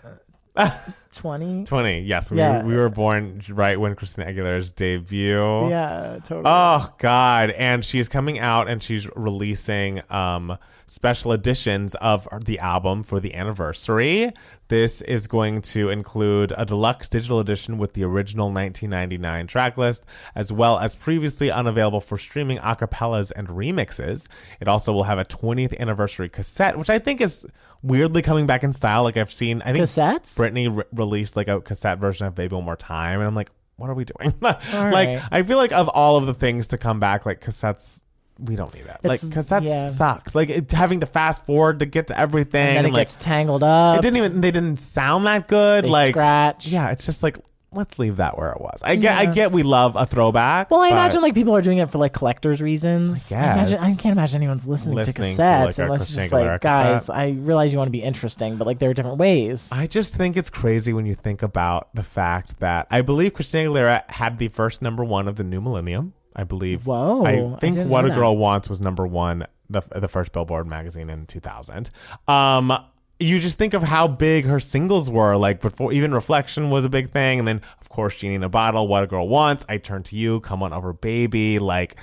Speaker 2: Twenty.
Speaker 1: 20. Yes, we,
Speaker 2: Yeah.
Speaker 1: we were born right when Christina Aguilera's debut.
Speaker 2: Yeah, totally.
Speaker 1: Oh God! And she's coming out and she's releasing um, special editions of the album for the anniversary. This is going to include a deluxe digital edition with the original 1999 track list, as well as previously unavailable for streaming acapellas and remixes. It also will have a 20th anniversary cassette, which I think is weirdly coming back in style. Like I've seen, I think
Speaker 2: Cassettes?
Speaker 1: Britney re- released like a cassette version of Baby One More Time, and I'm like, what are we doing? <laughs> like,
Speaker 2: right.
Speaker 1: I feel like of all of the things to come back, like cassettes, we don't need that. Like
Speaker 2: It's-
Speaker 1: cassettes
Speaker 2: yeah.
Speaker 1: sucks. Like it, having to fast forward to get to everything, and,
Speaker 2: and then it
Speaker 1: like
Speaker 2: gets tangled up.
Speaker 1: it didn't even they didn't sound that good.
Speaker 2: they
Speaker 1: like
Speaker 2: scratch.
Speaker 1: yeah, it's just like let's leave that where it was. I get, I get, we love a throwback.
Speaker 2: Well, I
Speaker 1: but
Speaker 2: imagine like people are doing it for like collectors' reasons.
Speaker 1: I guess.
Speaker 2: imagine, I can't imagine anyone's listening,
Speaker 1: Listening
Speaker 2: to
Speaker 1: to, like,
Speaker 2: cassettes
Speaker 1: a
Speaker 2: unless it's just
Speaker 1: singular
Speaker 2: like, guys,
Speaker 1: cassette.
Speaker 2: I realize you want to be interesting, but like there are different ways.
Speaker 1: I just think it's crazy when you think about the fact that I believe Christina Aguilera had the first number one of the new millennium. I believe.
Speaker 2: Whoa, I
Speaker 1: I think
Speaker 2: didn't
Speaker 1: What
Speaker 2: know
Speaker 1: a
Speaker 2: that.
Speaker 1: Girl Wants was number one, the the first Billboard magazine in 2000. Um, you just think of how big her singles were. Like before, even Reflection was a big thing, and then of course Genie in a Bottle, What a Girl Wants, I Turn to You, Come on Over, Baby. Like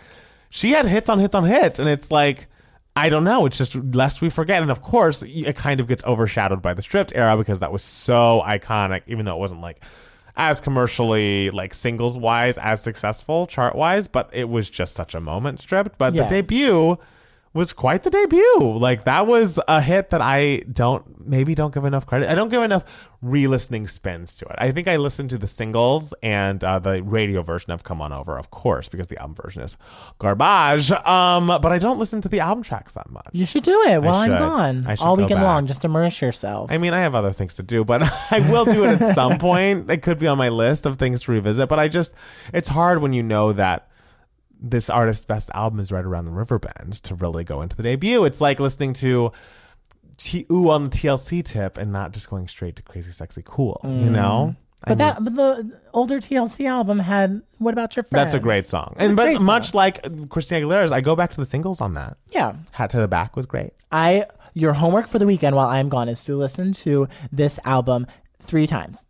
Speaker 1: she had hits on hits on hits, and it's like. I don't know. It's just lest we forget. And of course, it kind of gets overshadowed by the stripped era because that was so iconic, even though it wasn't like as commercially, like singles wise, as successful chart wise, but it was just such a moment stripped. But
Speaker 2: Yeah.
Speaker 1: the debut was quite the debut. Like that was a hit that I don't maybe don't give enough credit. I don't give enough re-listening spins to it. I think I listened to the singles and uh, the radio version of "Come On Over," of course, because the album version is garbage. Um, but I don't listen to the album tracks that much.
Speaker 2: You should do it while I'm
Speaker 1: should.
Speaker 2: gone
Speaker 1: I should
Speaker 2: all
Speaker 1: go
Speaker 2: weekend
Speaker 1: back.
Speaker 2: long. Just immerse yourself.
Speaker 1: I mean, I have other things to do, but <laughs> I will do it at some point. It could be on my list of things to revisit, but I just, it's hard when you know that this artist's best album is right around the river bend to really go into the debut. It's like listening to T- Ooh on the TLC tip and not just going straight to Crazy Sexy Cool, you know?
Speaker 2: but that but the older TLC album had. What about your friends?
Speaker 1: That's a great song. And but
Speaker 2: great song.
Speaker 1: much like Christina Aguilera's, I go back to the singles on that.
Speaker 2: Yeah.
Speaker 1: Hat to the Back was great.
Speaker 2: I your homework for the weekend while I'm gone is to listen to this album three times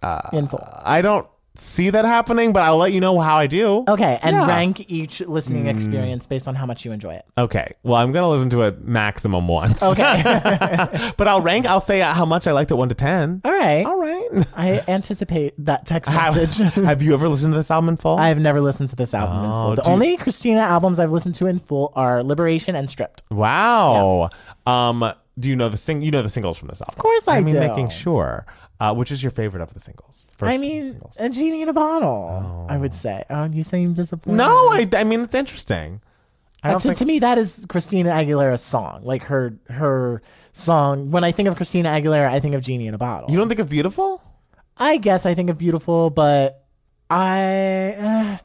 Speaker 1: Uh,
Speaker 2: in full.
Speaker 1: I don't see that happening, but I'll let you know how I do.
Speaker 2: Okay, and
Speaker 1: yeah. Hmm.
Speaker 2: rank each listening experience based on how much you enjoy it.
Speaker 1: Okay. Well, I'm going to listen to it maximum once.
Speaker 2: Okay,
Speaker 1: <laughs> But I'll rank, I'll say how much I liked it 1 to 10.
Speaker 2: all right.
Speaker 1: All right.
Speaker 2: I anticipate that text
Speaker 1: Have, <laughs>
Speaker 2: <laughs> message.
Speaker 1: have you ever listened to this album in full?
Speaker 2: I have never listened to this album in full. The
Speaker 1: do you-
Speaker 2: only Christina albums I've listened to in full are Liberation and Stripped. Of
Speaker 1: wow. Um, do you know the sing? You know the singles from this album. Of
Speaker 2: course I,
Speaker 1: I mean,
Speaker 2: do.
Speaker 1: making sure. Uh, which is your favorite of the singles? First
Speaker 2: I mean,
Speaker 1: singles.
Speaker 2: a genie in a bottle. I would say. Oh, you seem disappointed.
Speaker 1: no. I, I mean, it's interesting. I
Speaker 2: Uh,
Speaker 1: don't
Speaker 2: to,
Speaker 1: think.
Speaker 2: to me, that is Christina Aguilera's song. Like her her song. When I think of Christina Aguilera, I think of Genie in a Bottle.
Speaker 1: you don't think of beautiful?
Speaker 2: I guess I think of Beautiful, but I. Uh,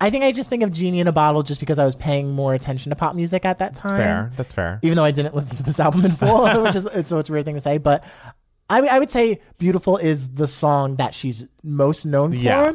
Speaker 2: I think I just think of Genie in a Bottle just because I was paying more attention to pop music at that time.
Speaker 1: Fair. That's fair.
Speaker 2: Even though I didn't listen to this album in full, <laughs> which is it's, so it's a weird thing to say, but I, I would say Beautiful is the song that she's most known for.
Speaker 1: Yeah.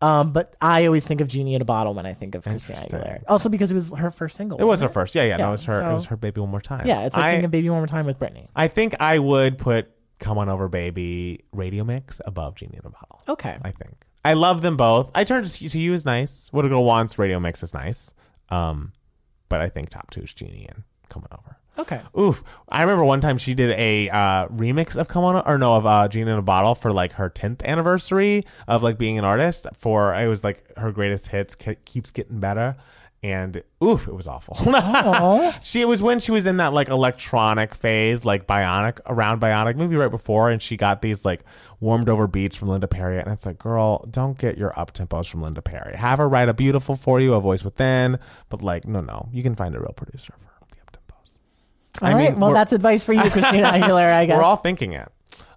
Speaker 2: Um, but I always think of Genie in a Bottle when I think of Christina Aguilera. Also because it was her first single.
Speaker 1: It was her first. Yeah, yeah. no, it was her.
Speaker 2: so-
Speaker 1: it was her baby one more time.
Speaker 2: Yeah, it's like
Speaker 1: I,
Speaker 2: thinking Baby One More Time with Britney.
Speaker 1: I think I would put "Come On Over, Baby" radio mix above "Genie in a Bottle."
Speaker 2: Okay.
Speaker 1: I think. I love them both. I turn to, to you is nice. What a girl wants. Radio mix is nice. Um, but I think top two is Genie and coming over.
Speaker 2: Okay.
Speaker 1: Oof! I remember one time she did a uh, remix of "Come On" or no of uh, "Genie in a Bottle" for like her tenth anniversary of like being an artist. For it was like her greatest hits ke- keeps getting better, and oof, it was awful. <laughs> she it was when she was in that like electronic phase, like Bionic around Bionic, maybe right before, and she got these like warmed over beats from Linda Perry, and it's like, girl, don't get your up tempos from Linda Perry. Have her write a beautiful for you, a voice within, but like, no, no, you can find a real producer for the up tempos.
Speaker 2: All
Speaker 1: I
Speaker 2: right.
Speaker 1: mean,
Speaker 2: well,
Speaker 1: we're-
Speaker 2: that's advice for
Speaker 1: <laughs>
Speaker 2: you, Christina Aguilera. I guess.
Speaker 1: We're all thinking it.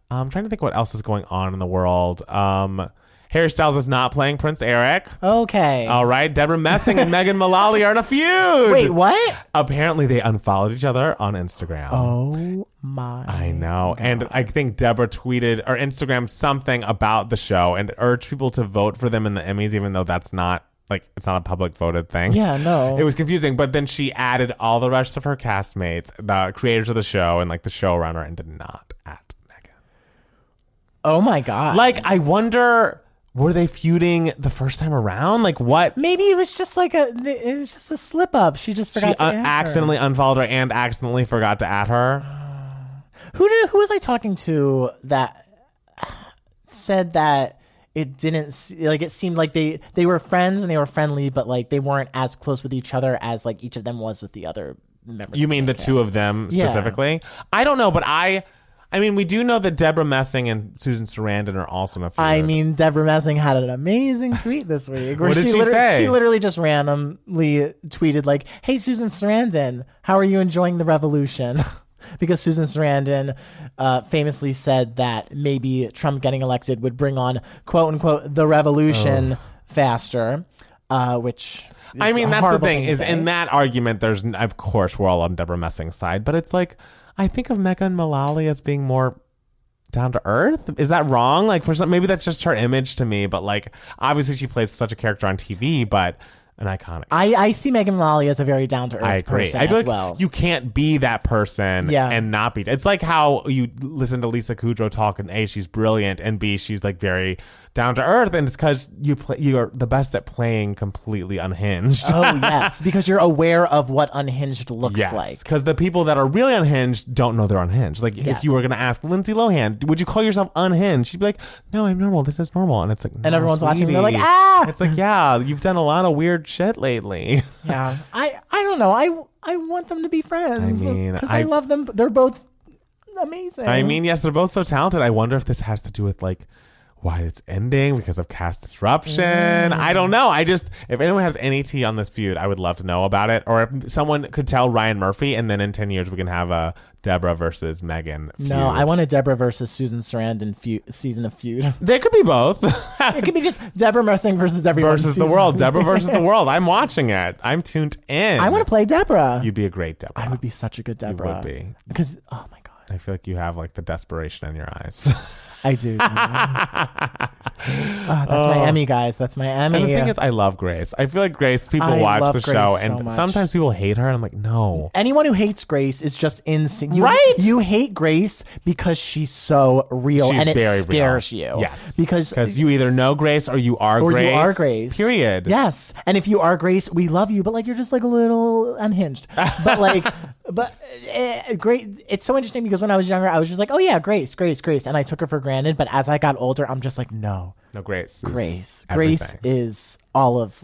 Speaker 1: I'm trying to think what else is going on in the world. Um, Harry Styles is not playing Prince Eric.
Speaker 2: okay.
Speaker 1: All Oh, right, Deborah Messing and Megan Mullally are in a feud.
Speaker 2: <laughs> Wait, what?
Speaker 1: Apparently, they unfollowed each other on Instagram.
Speaker 2: Oh my.
Speaker 1: I know. And I think Deborah tweeted or Instagram something about the show and urged people to vote for them in the Emmys, even though that's not like it's not a public voted thing.
Speaker 2: Yeah, no.
Speaker 1: It was confusing. But then she added all the rest of her castmates, the creators of the show, and like the showrunner, and did not add Megan.
Speaker 2: oh my god.
Speaker 1: Like, I wonder, were they feuding the first time around? Like, what?
Speaker 2: Maybe it was just like a. It was just a slip up. She just
Speaker 1: She
Speaker 2: forgot to
Speaker 1: uh,
Speaker 2: add her.
Speaker 1: accidentally unfollowed her and accidentally forgot to add her.
Speaker 2: Who did? Who was I talking to that said that? It didn't se- like it seemed like they they were friends and they were friendly, but like they weren't as close with each other as like each of them was with the other members.
Speaker 1: You mean the two of them specifically? I don't know, but I. I mean, we do know that Deborah Messing and Susan Sarandon are also in a feud.
Speaker 2: I mean, Deborah Messing had an amazing tweet this week.
Speaker 1: <laughs>
Speaker 2: where
Speaker 1: What did she
Speaker 2: liter-
Speaker 1: say?
Speaker 2: She literally just randomly tweeted like, "Hey, Susan Sarandon, how are you enjoying the revolution?" <laughs> because Susan Sarandon uh, famously said that maybe Trump getting elected would bring on quote unquote the revolution faster, uh, which is
Speaker 1: I mean,
Speaker 2: a
Speaker 1: that's the
Speaker 2: horrible
Speaker 1: thing
Speaker 2: to
Speaker 1: is
Speaker 2: say.
Speaker 1: in that argument. There's n- of course we're all on Deborah Messing's side, but it's like I think of Mecca and Mullally as being more down to earth. Is that wrong? Like for some, maybe that's just her image to me. But like obviously she plays such a character on TV, but an iconic.
Speaker 2: I, I see Megan Mullally as a very down to earth
Speaker 1: I agree.
Speaker 2: person
Speaker 1: I feel like
Speaker 2: as well.
Speaker 1: you can't be that person
Speaker 2: Yeah.
Speaker 1: and not be. It's like how you listen to Lisa Kudrow talk, and a she's brilliant, and b she's like very down to earth, and it's because you play you are the best at playing completely unhinged.
Speaker 2: oh yes, because you're aware of what unhinged looks like.
Speaker 1: Yes, because the people that are really unhinged don't know they're unhinged. Like if
Speaker 2: Yes.
Speaker 1: you were going to ask Lindsay Lohan, would you call yourself unhinged? She'd be like, "No, I'm normal. This is normal." And it's like, "No,
Speaker 2: everyone's watching,
Speaker 1: sweetie."
Speaker 2: they're like, "Ah!"
Speaker 1: It's like, yeah, you've done a lot of weird shit lately. <laughs>
Speaker 2: Yeah, I I don't know. I I want them to be friends.
Speaker 1: I mean,
Speaker 2: 'Cause
Speaker 1: I-
Speaker 2: I love them. They're both amazing.
Speaker 1: I mean, yes, they're both so talented. I wonder if this has to do with like why it's ending because of cast disruption. I
Speaker 2: Mm.
Speaker 1: don't know. I just if anyone has any tea on this feud, I would love to know about it. Or if someone could tell Ryan Murphy, and then in ten years we can have a Deborah versus Megan. Feud.
Speaker 2: no, I want a Deborah versus Susan Sarandon feud, season of feud. <laughs>
Speaker 1: They could be both. <laughs>
Speaker 2: It could be just Deborah Messing versus everyone
Speaker 1: versus the
Speaker 2: season-
Speaker 1: world. Deborah versus
Speaker 2: <laughs>
Speaker 1: the world. I'm watching it. I'm tuned in.
Speaker 2: I want to play Deborah.
Speaker 1: You'd be a great Deborah.
Speaker 2: I would be such a good Deborah.
Speaker 1: be.
Speaker 2: because oh my god,
Speaker 1: I feel like you have like the desperation in your eyes. <laughs>
Speaker 2: I do. oh, that's my Emmy, guys. That's my Emmy.
Speaker 1: Oh. and the thing is, I love Grace. I feel like Grace. People
Speaker 2: I
Speaker 1: watch
Speaker 2: love
Speaker 1: the
Speaker 2: Grace
Speaker 1: show,
Speaker 2: so
Speaker 1: and
Speaker 2: much.
Speaker 1: sometimes people hate her, and I'm like, no.
Speaker 2: Anyone who hates Grace is just insane. You,
Speaker 1: Right?
Speaker 2: You hate Grace because she's so real
Speaker 1: She's
Speaker 2: Oh, and it
Speaker 1: very real.
Speaker 2: scares you.
Speaker 1: Yes.
Speaker 2: Because
Speaker 1: Because you either know Grace or you are
Speaker 2: or
Speaker 1: Grace.
Speaker 2: you are Grace.
Speaker 1: Period.
Speaker 2: Yes. And if you are Grace, we love you, but like you're just like a little unhinged. But
Speaker 1: <laughs>
Speaker 2: like, but uh, great. It's so interesting because when I was younger, I was just like, oh yeah, Grace, Grace, Grace. And I took her for granted. But as I got older, I'm just like, no,
Speaker 1: No, Grace. is
Speaker 2: Grace. Grace
Speaker 1: everything.
Speaker 2: is all of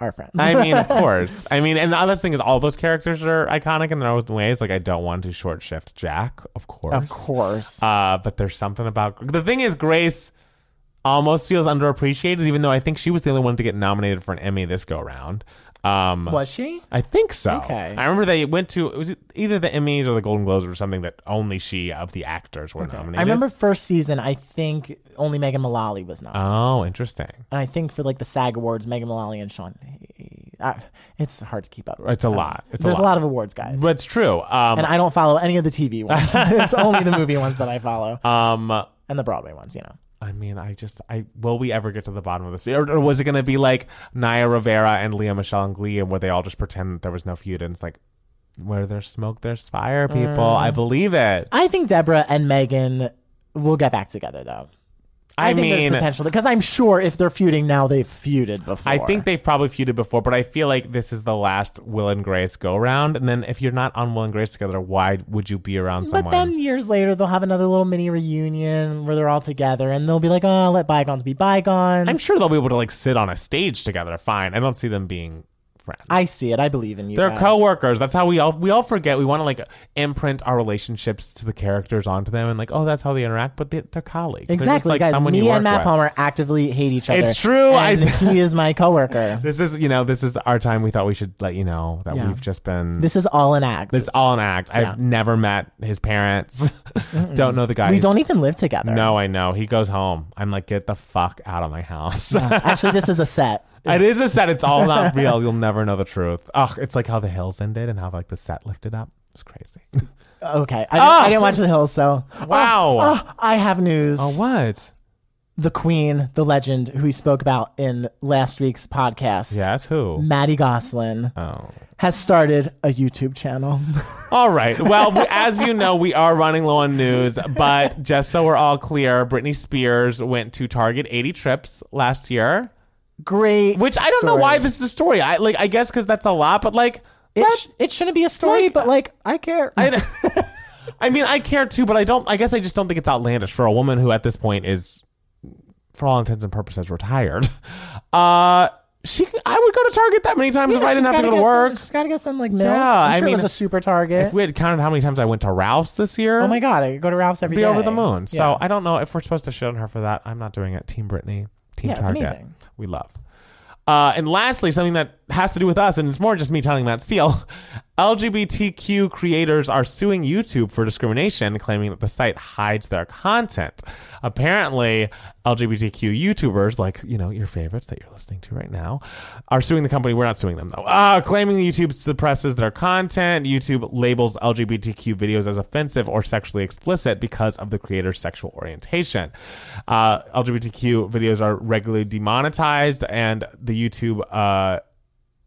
Speaker 2: our friends.
Speaker 1: I mean, of course. I mean, and the other thing is, all those characters are iconic in their own ways. Like, I don't want to short shift Jack, of course.
Speaker 2: of course.
Speaker 1: Uh, but there's something about the thing is Grace almost feels underappreciated, even though I think she was the only one to get nominated for an Emmy this go round. Um,
Speaker 2: was she?
Speaker 1: I think so.
Speaker 2: Okay.
Speaker 1: I remember they went to it was either the Emmys or the Golden Globes or something that only she of the actors were nominated.
Speaker 2: I remember first season, I think only Megan Mullally was not.
Speaker 1: Oh, interesting.
Speaker 2: and I think for like the SAG awards, Megan Mullally and Sean, Hay- I, it's hard to keep up.
Speaker 1: It's a lot. It's
Speaker 2: There's
Speaker 1: a
Speaker 2: a
Speaker 1: lot.
Speaker 2: lot of awards, guys,
Speaker 1: But it's true. Um,
Speaker 2: and I don't follow any of
Speaker 1: <laughs>
Speaker 2: the TV ones. <laughs> it's only the movie ones that I follow,
Speaker 1: um,
Speaker 2: and the Broadway ones, you know.
Speaker 1: I mean, I just, I will we ever get to the bottom of this? Or, or was it going to be like Naya Rivera and Leah Michelle and Glee, and where they all just pretend that there was no feud, and it's like, where there's smoke, there's fire, people.
Speaker 2: Mm.
Speaker 1: I believe it.
Speaker 2: I think Deborah and Megan will get back together, though.
Speaker 1: I,
Speaker 2: think
Speaker 1: mean,
Speaker 2: there's potential because I'm sure if they're feuding now, they've feuded before.
Speaker 1: I think they've probably feuded before, but I feel like this is the last Will and Grace go round. And then if you're not on Will and Grace together, why would you be around someone?
Speaker 2: But then years later, they'll have another little mini reunion where they're all together, and they'll be like, "Oh, let bygones be bygones."
Speaker 1: I'm sure they'll be able to like sit on a stage together. Fine. I don't see them being friends.
Speaker 2: I see it. I believe in you.
Speaker 1: They're
Speaker 2: guys.
Speaker 1: coworkers. That's how we all we all forget. We want to like imprint our relationships to the characters onto them, and like, oh, that's how they interact. But they, they're colleagues. They're just,
Speaker 2: Exactly,
Speaker 1: like
Speaker 2: guys.
Speaker 1: someone
Speaker 2: me
Speaker 1: you work
Speaker 2: and Matt
Speaker 1: with.
Speaker 2: Palmer actively hate each other.
Speaker 1: It's true, I- <laughs>
Speaker 2: And he is my coworker.
Speaker 1: This is you know this is our time. We thought we should let you know that we've just been.
Speaker 2: This is all an act.
Speaker 1: it's all an act. I've never met his parents. <laughs> don't know the guy.
Speaker 2: we don't even live together.
Speaker 1: No, I know. He goes home. I'm like, get the fuck out of my house.
Speaker 2: Actually, this is a set.
Speaker 1: <laughs> It is a set. It's all
Speaker 2: <laughs>
Speaker 1: not real. You'll never know the truth. Ugh, it's like how the hills ended and how like the set lifted up. It's crazy.
Speaker 2: Okay. I,
Speaker 1: Ah!
Speaker 2: I didn't watch The Hills, so.
Speaker 1: Wow.
Speaker 2: Oh, I have news.
Speaker 1: what?
Speaker 2: The queen, the legend who we spoke about in last week's podcast,
Speaker 1: Yes, who?
Speaker 2: Maddie Goslin,
Speaker 1: Oh.
Speaker 2: has started a
Speaker 1: <laughs>
Speaker 2: YouTube channel.
Speaker 1: All right. Well, we- as you know, we are running low on news, but just so we're all clear, Britney Spears went to Target 80 trips last year,
Speaker 2: Great.
Speaker 1: which I don't know
Speaker 2: story.
Speaker 1: why this is a story. I like I guess cuz that's a lot, but like
Speaker 2: It, sh- it shouldn't be a story, but like, I care.
Speaker 1: I, I mean, I care too, but I don't. I guess I just don't think it's outlandish for a woman who, at this point, is for all intents and purposes retired. <laughs> Uh, she, I would go to Target that many times if I didn't have to go to work.
Speaker 2: She's got to get some like milk.
Speaker 1: Yeah,
Speaker 2: I'm
Speaker 1: I
Speaker 2: sure
Speaker 1: mean,
Speaker 2: it was a super target.
Speaker 1: If we had counted how many times I went to Ralph's this year,
Speaker 2: oh my god, I could go to Ralph's every
Speaker 1: be
Speaker 2: day.
Speaker 1: over the moon. So
Speaker 2: Yeah.
Speaker 1: I don't know if we're supposed to shit on her for that. I'm not doing it. Team Brittany, Team
Speaker 2: Yeah, it's
Speaker 1: Target,
Speaker 2: amazing.
Speaker 1: <laughs> we love. Uh, and lastly, something that has to do with us, and it's more just me telling Matt Steele. LGBTQ creators are suing YouTube for discrimination, claiming that the site hides their content. Apparently, LGBTQ YouTubers, like, you know, your favorites that you're listening to right now, are suing the company. We're not suing them, though. Uh, claiming YouTube suppresses their content. YouTube labels LGBTQ videos as offensive or sexually explicit because of the creator's sexual orientation. Uh, LGBTQ videos are regularly demonetized, and the YouTube. Uh,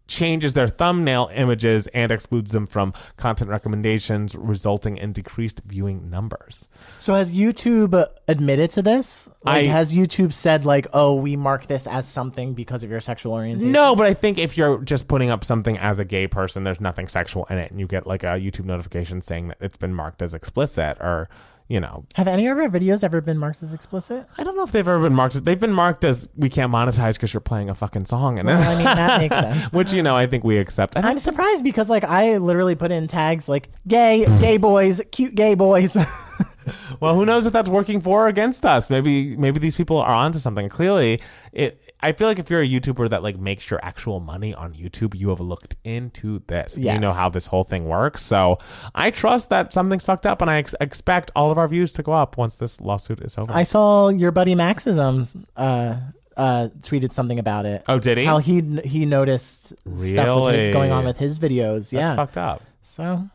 Speaker 1: changes their thumbnail images and excludes them from content recommendations, resulting in decreased viewing numbers.
Speaker 2: So has YouTube admitted to this?
Speaker 1: I-
Speaker 2: Like, has YouTube said like, "Oh, we mark this as something because of your sexual orientation"?
Speaker 1: No, but I think if you're just putting up something as a gay person, there's nothing sexual in it, and you get like a YouTube notification saying that it's been marked as explicit or. You know,
Speaker 2: Have any of our videos ever been marked as explicit?
Speaker 1: I don't know if they've ever been marked. as- They've been marked as we can't monetize because you're playing a fucking song, and
Speaker 2: I mean, that makes
Speaker 1: <laughs>
Speaker 2: sense.
Speaker 1: which you know I think we accept. I
Speaker 2: I'm surprised because like I literally put in tags like gay, gay boys, cute gay boys. <laughs>
Speaker 1: Well, who knows if that's working for or against us? Maybe maybe these people are onto something. Clearly, it, I feel like if you're a YouTuber that like makes your actual money on YouTube, you have looked into this. You
Speaker 2: Yes.
Speaker 1: know how this whole thing works. So I trust that something's fucked up, and I ex- expect all of our views to go up once this lawsuit is over.
Speaker 2: I saw your buddy Maxism uh, uh, tweeted something about it.
Speaker 1: oh, did he?
Speaker 2: How he he noticed stuff with
Speaker 1: Really?
Speaker 2: his, going on with his videos.
Speaker 1: that's
Speaker 2: yeah.
Speaker 1: fucked
Speaker 2: <laughs>
Speaker 1: up.
Speaker 2: So,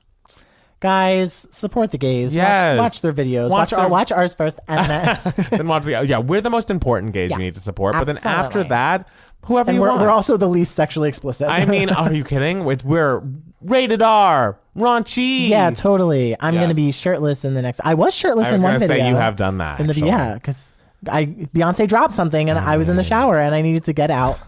Speaker 2: guys, support the gays.
Speaker 1: Yes.
Speaker 2: Watch, watch their videos.
Speaker 1: Watch
Speaker 2: Watch,
Speaker 1: their-
Speaker 2: our, watch ours first, and
Speaker 1: <laughs>
Speaker 2: then <laughs>
Speaker 1: then watch the yeah. We're the most important gays you need to support, but then after
Speaker 2: absolutely.
Speaker 1: that, whoever
Speaker 2: and
Speaker 1: you
Speaker 2: we're,
Speaker 1: want.
Speaker 2: we're also the least sexually explicit. <laughs>
Speaker 1: I mean, are you kidding? We're- We're rated R, raunchy.
Speaker 2: yeah, totally. I'm
Speaker 1: Yes.
Speaker 2: gonna be shirtless in the next. I was shirtless
Speaker 1: I was
Speaker 2: in one
Speaker 1: gonna
Speaker 2: video.
Speaker 1: say you have done that.
Speaker 2: in the
Speaker 1: actually.
Speaker 2: yeah, because I Beyonce dropped something, and I was
Speaker 1: Oh.
Speaker 2: in the shower, and I needed to get out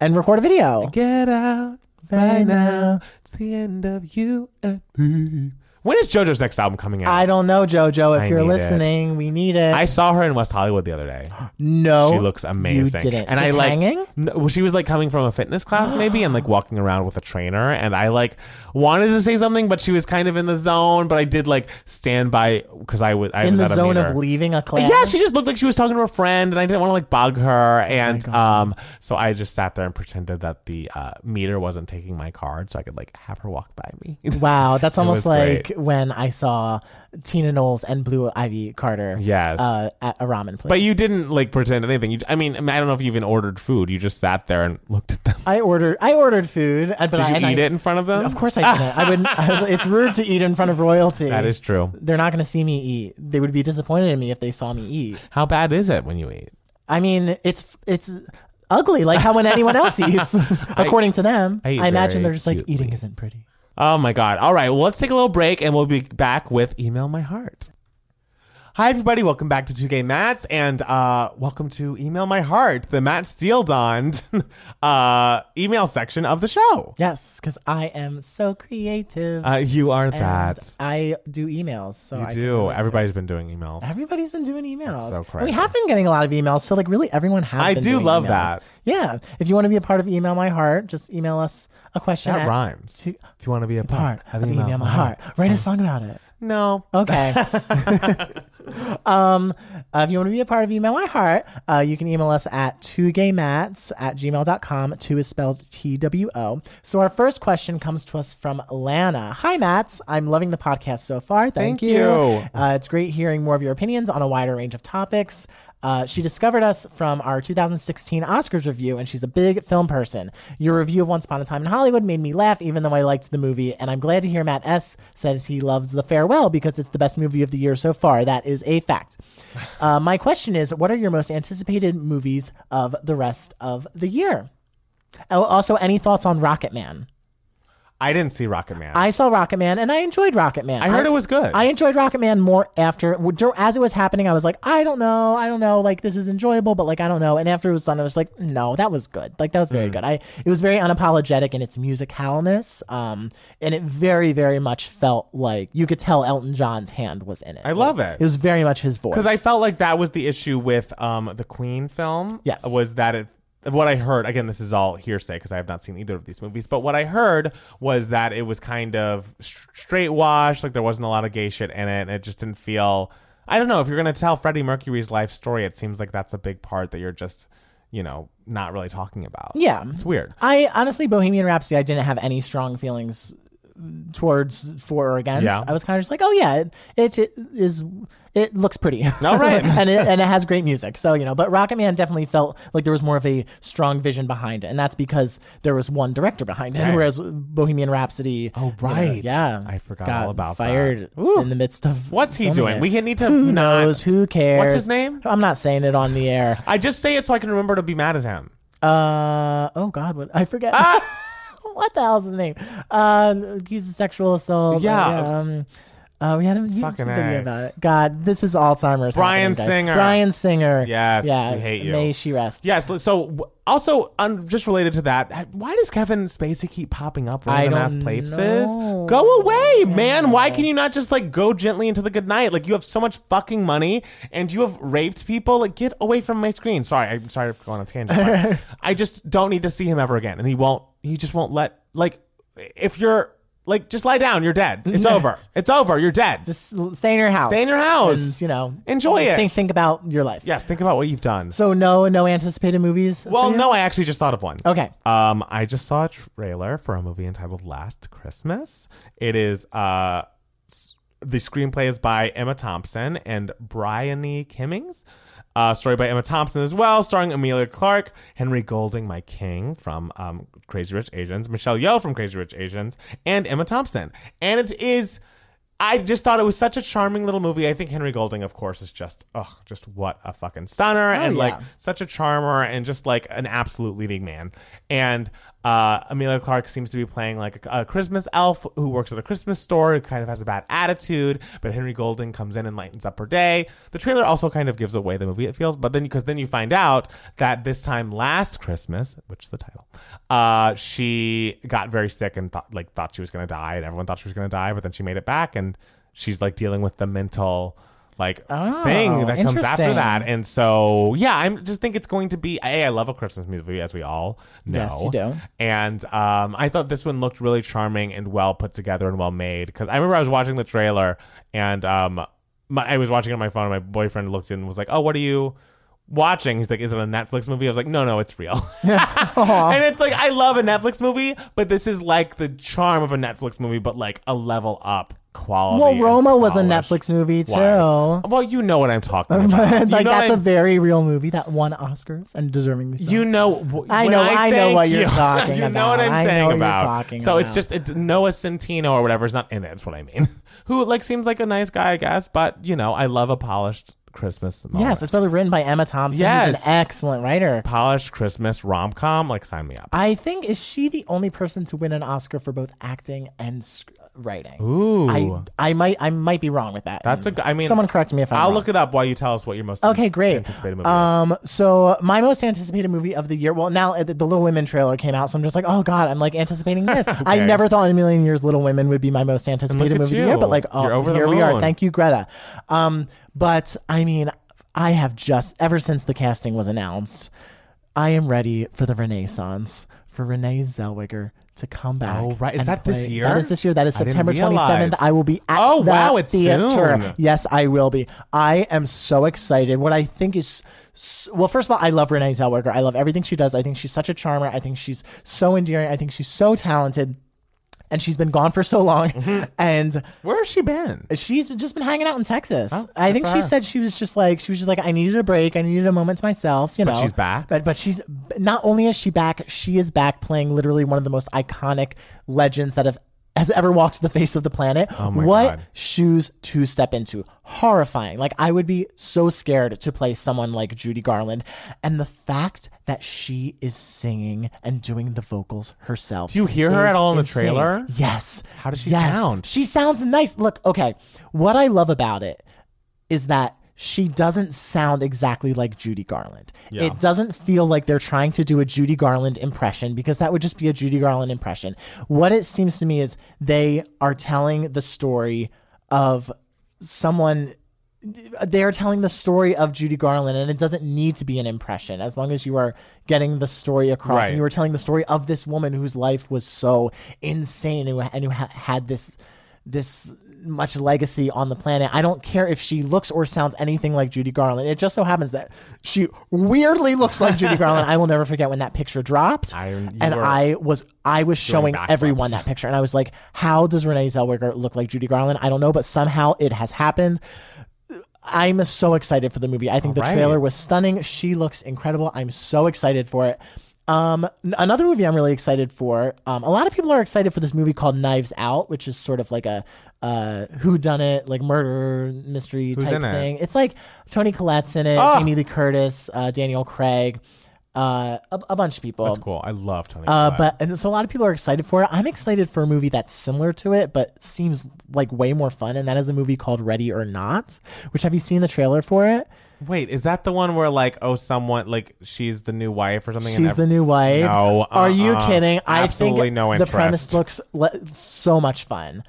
Speaker 2: and record a video.
Speaker 1: Get out right now. It's the end of you and me. When is JoJo's next album coming out?
Speaker 2: I don't know, JoJo. If
Speaker 1: I
Speaker 2: you're
Speaker 1: need it.
Speaker 2: listening, we need it.
Speaker 1: I saw her in West Hollywood the other day.
Speaker 2: no,
Speaker 1: She looks amazing.
Speaker 2: Oh, You didn't.
Speaker 1: And
Speaker 2: Just
Speaker 1: I like
Speaker 2: hanging.
Speaker 1: No, well, she was like coming from a fitness class maybe and like walking around with a trainer and I like wanted to say something but she was kind of in the zone but I did like stand by cuz I was I
Speaker 2: in
Speaker 1: was
Speaker 2: the
Speaker 1: at a
Speaker 2: zone
Speaker 1: meter.
Speaker 2: of leaving a class.
Speaker 1: Yeah, she just looked like she was talking to a friend, and I didn't want to like bug her,
Speaker 2: Oh
Speaker 1: and um, so I just sat there and pretended that the uh, meter wasn't taking my card, so I could like have her walk by me. <laughs>
Speaker 2: Wow, that's
Speaker 1: was
Speaker 2: almost
Speaker 1: great.
Speaker 2: like when I saw Tina Knowles and Blue Ivy Carter.
Speaker 1: Yes.
Speaker 2: uh, at a ramen place.
Speaker 1: but you didn't like pretend anything. You, I mean, I mean, I don't know if you even ordered food. You just sat there and looked at them.
Speaker 2: I ordered. I ordered food, uh, but
Speaker 1: Did
Speaker 2: I,
Speaker 1: you
Speaker 2: and
Speaker 1: eat
Speaker 2: I-
Speaker 1: it in front of them?
Speaker 2: Of course, I didn't. I
Speaker 1: <laughs>
Speaker 2: would. I, it's rude to eat in front of royalty.
Speaker 1: That is true.
Speaker 2: They're not going to see me eat. They would be disappointed in me if they saw me eat.
Speaker 1: How bad is it when you eat?
Speaker 2: I mean, it's it's ugly, like how when
Speaker 1: <laughs>
Speaker 2: anyone else eats, according to them.
Speaker 1: I eat
Speaker 2: I,
Speaker 1: very
Speaker 2: imagine they're just like
Speaker 1: cutely.
Speaker 2: eating isn't pretty.
Speaker 1: Oh my God. All right. Well, let's take a little break and we'll be back with Email My Heart. Hi, everybody. Welcome back to 2K Mats and uh, welcome to Email My Heart, the Matt Steele Donned <laughs> uh, email section of the show.
Speaker 2: Yes, because I am so creative.
Speaker 1: Uh, you are
Speaker 2: and
Speaker 1: that.
Speaker 2: I do emails, so
Speaker 1: You
Speaker 2: I
Speaker 1: do.
Speaker 2: can-
Speaker 1: Everybody's been doing emails.
Speaker 2: Everybody's been doing emails.
Speaker 1: so
Speaker 2: And
Speaker 1: crazy.
Speaker 2: we have been getting a lot of emails, so like really everyone has.
Speaker 1: I
Speaker 2: been
Speaker 1: do
Speaker 2: doing
Speaker 1: love
Speaker 2: emails.
Speaker 1: that.
Speaker 2: Yeah, if you want to be a part of Email My Heart, just email us a question.
Speaker 1: That
Speaker 2: at
Speaker 1: rhymes.
Speaker 2: To
Speaker 1: if you want to be a part
Speaker 2: part
Speaker 1: of
Speaker 2: of Email, My Heart. Oh. Write a song about it.
Speaker 1: No. <laughs>
Speaker 2: Okay. um, uh, if you want to be a part of Email My Heart, uh, you can email us at 2gaymats at gmail.com. 2 is spelled T W O. So our first question comes to us from Lana. Hi, Mats. I'm loving the podcast so far. Thank,
Speaker 1: Thank you.
Speaker 2: Uh, it's great hearing more of your opinions on a wider range of topics. Uh, she discovered us from our 2016 Oscars review, and she's a big film person. Your review of Once Upon a Time in Hollywood made me laugh, even though I liked the movie. And I'm glad to hear Matt S. says he loves The Farewell because it's the best movie of the year so far. That is a fact. Uh, my question is what are your most anticipated movies of the rest of the year? Oh, Also, any thoughts on Rocket Man?
Speaker 1: I didn't see Rocket Man. I,
Speaker 2: I saw Rocket Man and I enjoyed Rocket Man.
Speaker 1: heard it was good.
Speaker 2: I enjoyed Rocket Man more after dur- as it was happening. I was like, I don't know, I don't know. Like this is enjoyable, but like I don't know. And after it was done, I was like, no, that was good. Like that was
Speaker 1: Hmm.
Speaker 2: very good. I it was very unapologetic in its musicalness, um, and it very very much felt like you could tell Elton John's hand was in it.
Speaker 1: I love
Speaker 2: Like,
Speaker 1: it.
Speaker 2: It was very much his voice.
Speaker 1: Because I felt like that was the issue with um, the Queen film.
Speaker 2: Yes.
Speaker 1: Was that it? What I heard, again, this is all hearsay because I have not seen either of these movies, but what I heard was that it was kind of sh- straight washed, like there wasn't a lot of gay shit in it, and it just didn't feel. I don't know. If you're going to tell Freddie Mercury's life story, it seems like that's a big part that you're just, you know, not really talking about.
Speaker 2: yeah.
Speaker 1: It's weird.
Speaker 2: I honestly, Bohemian Rhapsody, I didn't have any strong feelings towards for or against.
Speaker 1: Yeah.
Speaker 2: I was kind of just like, oh yeah, it, it is it looks pretty.
Speaker 1: All right.
Speaker 2: <laughs> and it and it has great music. So you know, but Rocket Man definitely felt like there was more of a strong vision behind it, and that's because there was one director behind it.
Speaker 1: Right.
Speaker 2: Whereas Bohemian Rhapsody,
Speaker 1: Oh,
Speaker 2: you know,
Speaker 1: right.
Speaker 2: yeah,
Speaker 1: I forgot
Speaker 2: got
Speaker 1: all about that.
Speaker 2: fired
Speaker 1: Ooh.
Speaker 2: in the midst of
Speaker 1: What's he
Speaker 2: filming
Speaker 1: doing?
Speaker 2: it.
Speaker 1: We need to
Speaker 2: who
Speaker 1: not-
Speaker 2: knows who cares.
Speaker 1: What's his name?
Speaker 2: I'm not saying it on the air.
Speaker 1: I just say it so I can remember to be mad at him.
Speaker 2: Uh oh God, what I forget. <laughs> what the hell's his name? Um, accused of sexual assault.
Speaker 1: Yeah.
Speaker 2: uh, um, uh, we had a YouTube
Speaker 1: Fucking
Speaker 2: video
Speaker 1: A.
Speaker 2: about it. God, this is Alzheimer's.
Speaker 1: Brian
Speaker 2: happening, guys.
Speaker 1: Singer.
Speaker 2: Brian Singer.
Speaker 1: Yes,
Speaker 2: Yeah.
Speaker 1: we hate you.
Speaker 2: May she rest.
Speaker 1: Yes. li- So w- also, um, just related to that, why does Kevin Spacey keep popping up
Speaker 2: I
Speaker 1: random
Speaker 2: don't
Speaker 1: ass places?
Speaker 2: know.
Speaker 1: Go away, man. Why can you not just like go gently into the good night? Like you have so much fucking money and you have raped people. Like get away from my screen. Sorry, I'm sorry for going on a tangent.
Speaker 2: <laughs>
Speaker 1: but I just don't need to see him ever again. And he won't. He just won't let. Like if you're like, just lie down. You're dead. It's over. It's over. You're dead.
Speaker 2: Just stay in your house.
Speaker 1: Stay in your house.
Speaker 2: And, you know,
Speaker 1: Enjoy it.
Speaker 2: Think think about your life.
Speaker 1: yes. Think about what you've done.
Speaker 2: So no no anticipated movies.
Speaker 1: Well,
Speaker 2: for you?
Speaker 1: no, I actually just thought of one.
Speaker 2: Okay.
Speaker 1: Um, I just saw a trailer for a movie entitled Last Christmas. It is uh, s- the screenplay is by Emma Thompson and Bryony Kimmings. Uh, story by Emma Thompson as well, starring Amelia Clark, Henry Golding, my king from um, Crazy Rich Asians, Michelle Yeoh from Crazy Rich Asians, and Emma Thompson. And it is. I just thought it was such a charming little movie. I think Henry Golding, of course, is just, oh, just what a fucking stunner and
Speaker 2: yeah.
Speaker 1: like such a charmer and just like an absolute leading man. And uh, Amelia Clark seems to be playing like a, a Christmas elf who works at a Christmas store, who kind of has a bad attitude, but Henry Golding comes in and lightens up her day. The trailer also kind of gives away the movie, it feels, but then because then you find out that this time last Christmas, which is the title, uh, she got very sick and thought like thought she was gonna die, and everyone thought she was gonna die, but then she made it back, and she's like dealing with the mental. Like thing that comes after
Speaker 2: interesting.
Speaker 1: that and so yeah i just think it's going to be a i love a christmas movie as we all know
Speaker 2: Yes, you do.
Speaker 1: and um, i thought this one looked really charming and well put together and well made because i remember i was watching the trailer and um, my, i was watching it on my phone and my boyfriend looked in and was like oh what are you watching he's like is it a netflix movie i was like no no it's
Speaker 2: <laughs>
Speaker 1: real and it's like i love a netflix movie but this is like the charm of a netflix movie but like a level up quality
Speaker 2: Well,
Speaker 1: and
Speaker 2: Roma was a
Speaker 1: polish
Speaker 2: Netflix movie too.
Speaker 1: wise. Well, you know what I'm talking about. You
Speaker 2: like
Speaker 1: know what
Speaker 2: that's a
Speaker 1: I'm-
Speaker 2: very real movie that won Oscars and deservingly so.
Speaker 1: you know, wh-
Speaker 2: I
Speaker 1: when
Speaker 2: know- I know
Speaker 1: think
Speaker 2: what you're
Speaker 1: you- <laughs>
Speaker 2: talking
Speaker 1: You know what
Speaker 2: about.
Speaker 1: I'm
Speaker 2: I know
Speaker 1: saying
Speaker 2: what you're
Speaker 1: about.
Speaker 2: talking
Speaker 1: so it's
Speaker 2: about.
Speaker 1: just it's Noah Centino or whatever is not in it. Is what I mean. <laughs> Who like seems like a nice guy, I guess. But you know, I love a polished Christmas. Moment.
Speaker 2: Yes, especially written by Emma Thompson.
Speaker 1: Yes.
Speaker 2: Who's an excellent writer.
Speaker 1: polished Christmas rom com. Like sign me up.
Speaker 2: I think is she the only person to win an Oscar for both acting and sc- writing?
Speaker 1: Ooh,
Speaker 2: I I might I might be wrong with that.
Speaker 1: that's a. g- I mean,
Speaker 2: someone correct me if I'm
Speaker 1: I'll
Speaker 2: wrong.
Speaker 1: look it up while you tell us what your most
Speaker 2: Okay, great.
Speaker 1: anticipated movie is.
Speaker 2: Um, so my most anticipated movie of the year. Well, now uh, the, the Little Women trailer came out, so I'm just like, oh god, I'm like
Speaker 1: <laughs>
Speaker 2: anticipating this. I never thought in a million years Little Women would be my most anticipated
Speaker 1: at
Speaker 2: movie of
Speaker 1: you.
Speaker 2: the year, but like, oh,
Speaker 1: You're over the
Speaker 2: here we are.
Speaker 1: moon.
Speaker 2: Thank you, Greta. Um, but I mean, I have just ever since the casting was announced, I am ready for the Renaissance for Renee Zellweger. To come back.
Speaker 1: Oh, right. Is
Speaker 2: and
Speaker 1: that this
Speaker 2: play-
Speaker 1: year?
Speaker 2: That is this year. That is
Speaker 1: I didn't
Speaker 2: September
Speaker 1: realize.
Speaker 2: 27th. I will be at
Speaker 1: Oh,
Speaker 2: the
Speaker 1: wow, it's
Speaker 2: theater.
Speaker 1: soon.
Speaker 2: Yes, I will be. I am so excited. What I think is, s- well, first of all, I love Renee Zellweger. I love everything she does. I think she's such a charmer. I think she's so endearing. I think she's so talented. And she's been gone for so long.
Speaker 1: Mm-hmm.
Speaker 2: <laughs> And
Speaker 1: Where has she been?
Speaker 2: she's just been hanging out in Texas. I
Speaker 1: Oh, good
Speaker 2: think
Speaker 1: for
Speaker 2: she
Speaker 1: her.
Speaker 2: said she was just like, she was just like, I needed a break. I needed a moment to myself, you know.
Speaker 1: she's back?
Speaker 2: But, but she's, not only is she back, she is back playing literally one of the most iconic legends that have. Has ever walked the face of the planet.
Speaker 1: Oh my
Speaker 2: what
Speaker 1: God.
Speaker 2: shoes to step into. Horrifying. Like I would be so scared to play someone like Judy Garland. And the fact that she is singing and doing the vocals herself. Do
Speaker 1: you hear her at all in the trailer?
Speaker 2: Yes. How
Speaker 1: does she sound?
Speaker 2: She sounds nice. Look, okay. What I love about it is that she doesn't sound exactly like Judy Garland. It doesn't feel like they're trying to do a Judy Garland impression because that would just be a Judy Garland impression. What it seems to me is they are telling the story of someone they're telling the story of Judy Garland, and it doesn't need to be an impression as long as you are getting the story across.
Speaker 1: Right.
Speaker 2: And you are telling the story of this woman whose life was so insane and who, and who ha- had this this much legacy on the planet. I don't care if she looks or sounds anything like Judy Garland. It just so happens that she weirdly looks like Judy Garland. I will never forget when that picture dropped,
Speaker 1: I- you
Speaker 2: and
Speaker 1: were
Speaker 2: I was I was showing
Speaker 1: backflips.
Speaker 2: everyone that picture, and I was like, "How does Renee Zellweger look like Judy Garland?" I don't know, but somehow it has happened. I'm so excited for the movie. I think the
Speaker 1: All right.
Speaker 2: trailer was stunning. She looks incredible. I'm so excited for it. Um, n- another movie I'm really excited for. Um, a lot of people are excited for this movie called Knives Out, which is sort of like a uh, who done it, like murder mystery type
Speaker 1: in it? Ah!
Speaker 2: thing. It's like Tony Collette's in it, Jamie Lee Curtis, uh, Daniel Craig, uh, a, a bunch of people.
Speaker 1: That's cool. I love Tony.
Speaker 2: Uh,
Speaker 1: Collette.
Speaker 2: but and so a lot of people are excited for it. I'm excited for a movie that's similar to it, but seems like way more fun. And that is a movie called Ready or Not. Which have you seen the trailer for it?
Speaker 1: wait, is that the one where like oh someone like she's the new wife or something? and
Speaker 2: She's
Speaker 1: every-
Speaker 2: the new wife.
Speaker 1: No,
Speaker 2: are you
Speaker 1: uh-uh.
Speaker 2: kidding? I
Speaker 1: Absolutely
Speaker 2: think
Speaker 1: no
Speaker 2: The premise
Speaker 1: interest.
Speaker 2: looks le- so much fun.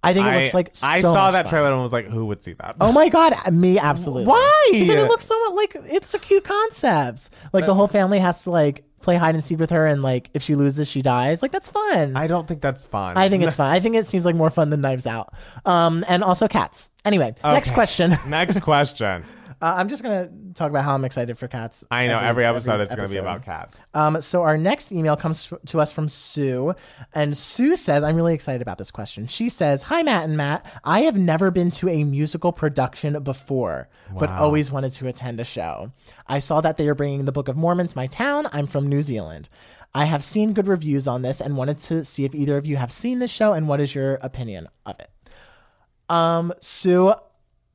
Speaker 2: I think it
Speaker 1: I,
Speaker 2: looks like
Speaker 1: I
Speaker 2: so
Speaker 1: saw
Speaker 2: much
Speaker 1: that
Speaker 2: fun.
Speaker 1: trailer and was like, who would see that?
Speaker 2: Oh my god, me
Speaker 1: <laughs>
Speaker 2: absolutely.
Speaker 1: Why?
Speaker 2: Because it looks so like it's a cute concept. Like the whole family has to like play hide and seek with her, and like if she loses, she dies. Like that's fun.
Speaker 1: I don't think that's fun.
Speaker 2: I think it's fun. I think it seems like more fun than Knives Out. Um, and also cats. Anyway, next
Speaker 1: Okay.
Speaker 2: <laughs> question. Uh,
Speaker 1: Next question.
Speaker 2: I'm just gonna talk about how I'm excited for cats.
Speaker 1: I know every, episode it's going to be about cats.
Speaker 2: Um, so our next email comes f- to us from Sue, and Sue says, "I'm really excited about this question." She says, "Hi Matt and Matt, I have never been to a musical production before, but always wanted to attend a show. I saw that they are bringing the Book of Mormon to my town. I'm from New Zealand. I have seen good reviews on this, and wanted to see if either of you have seen this show and what is your opinion of it." Um, Sue.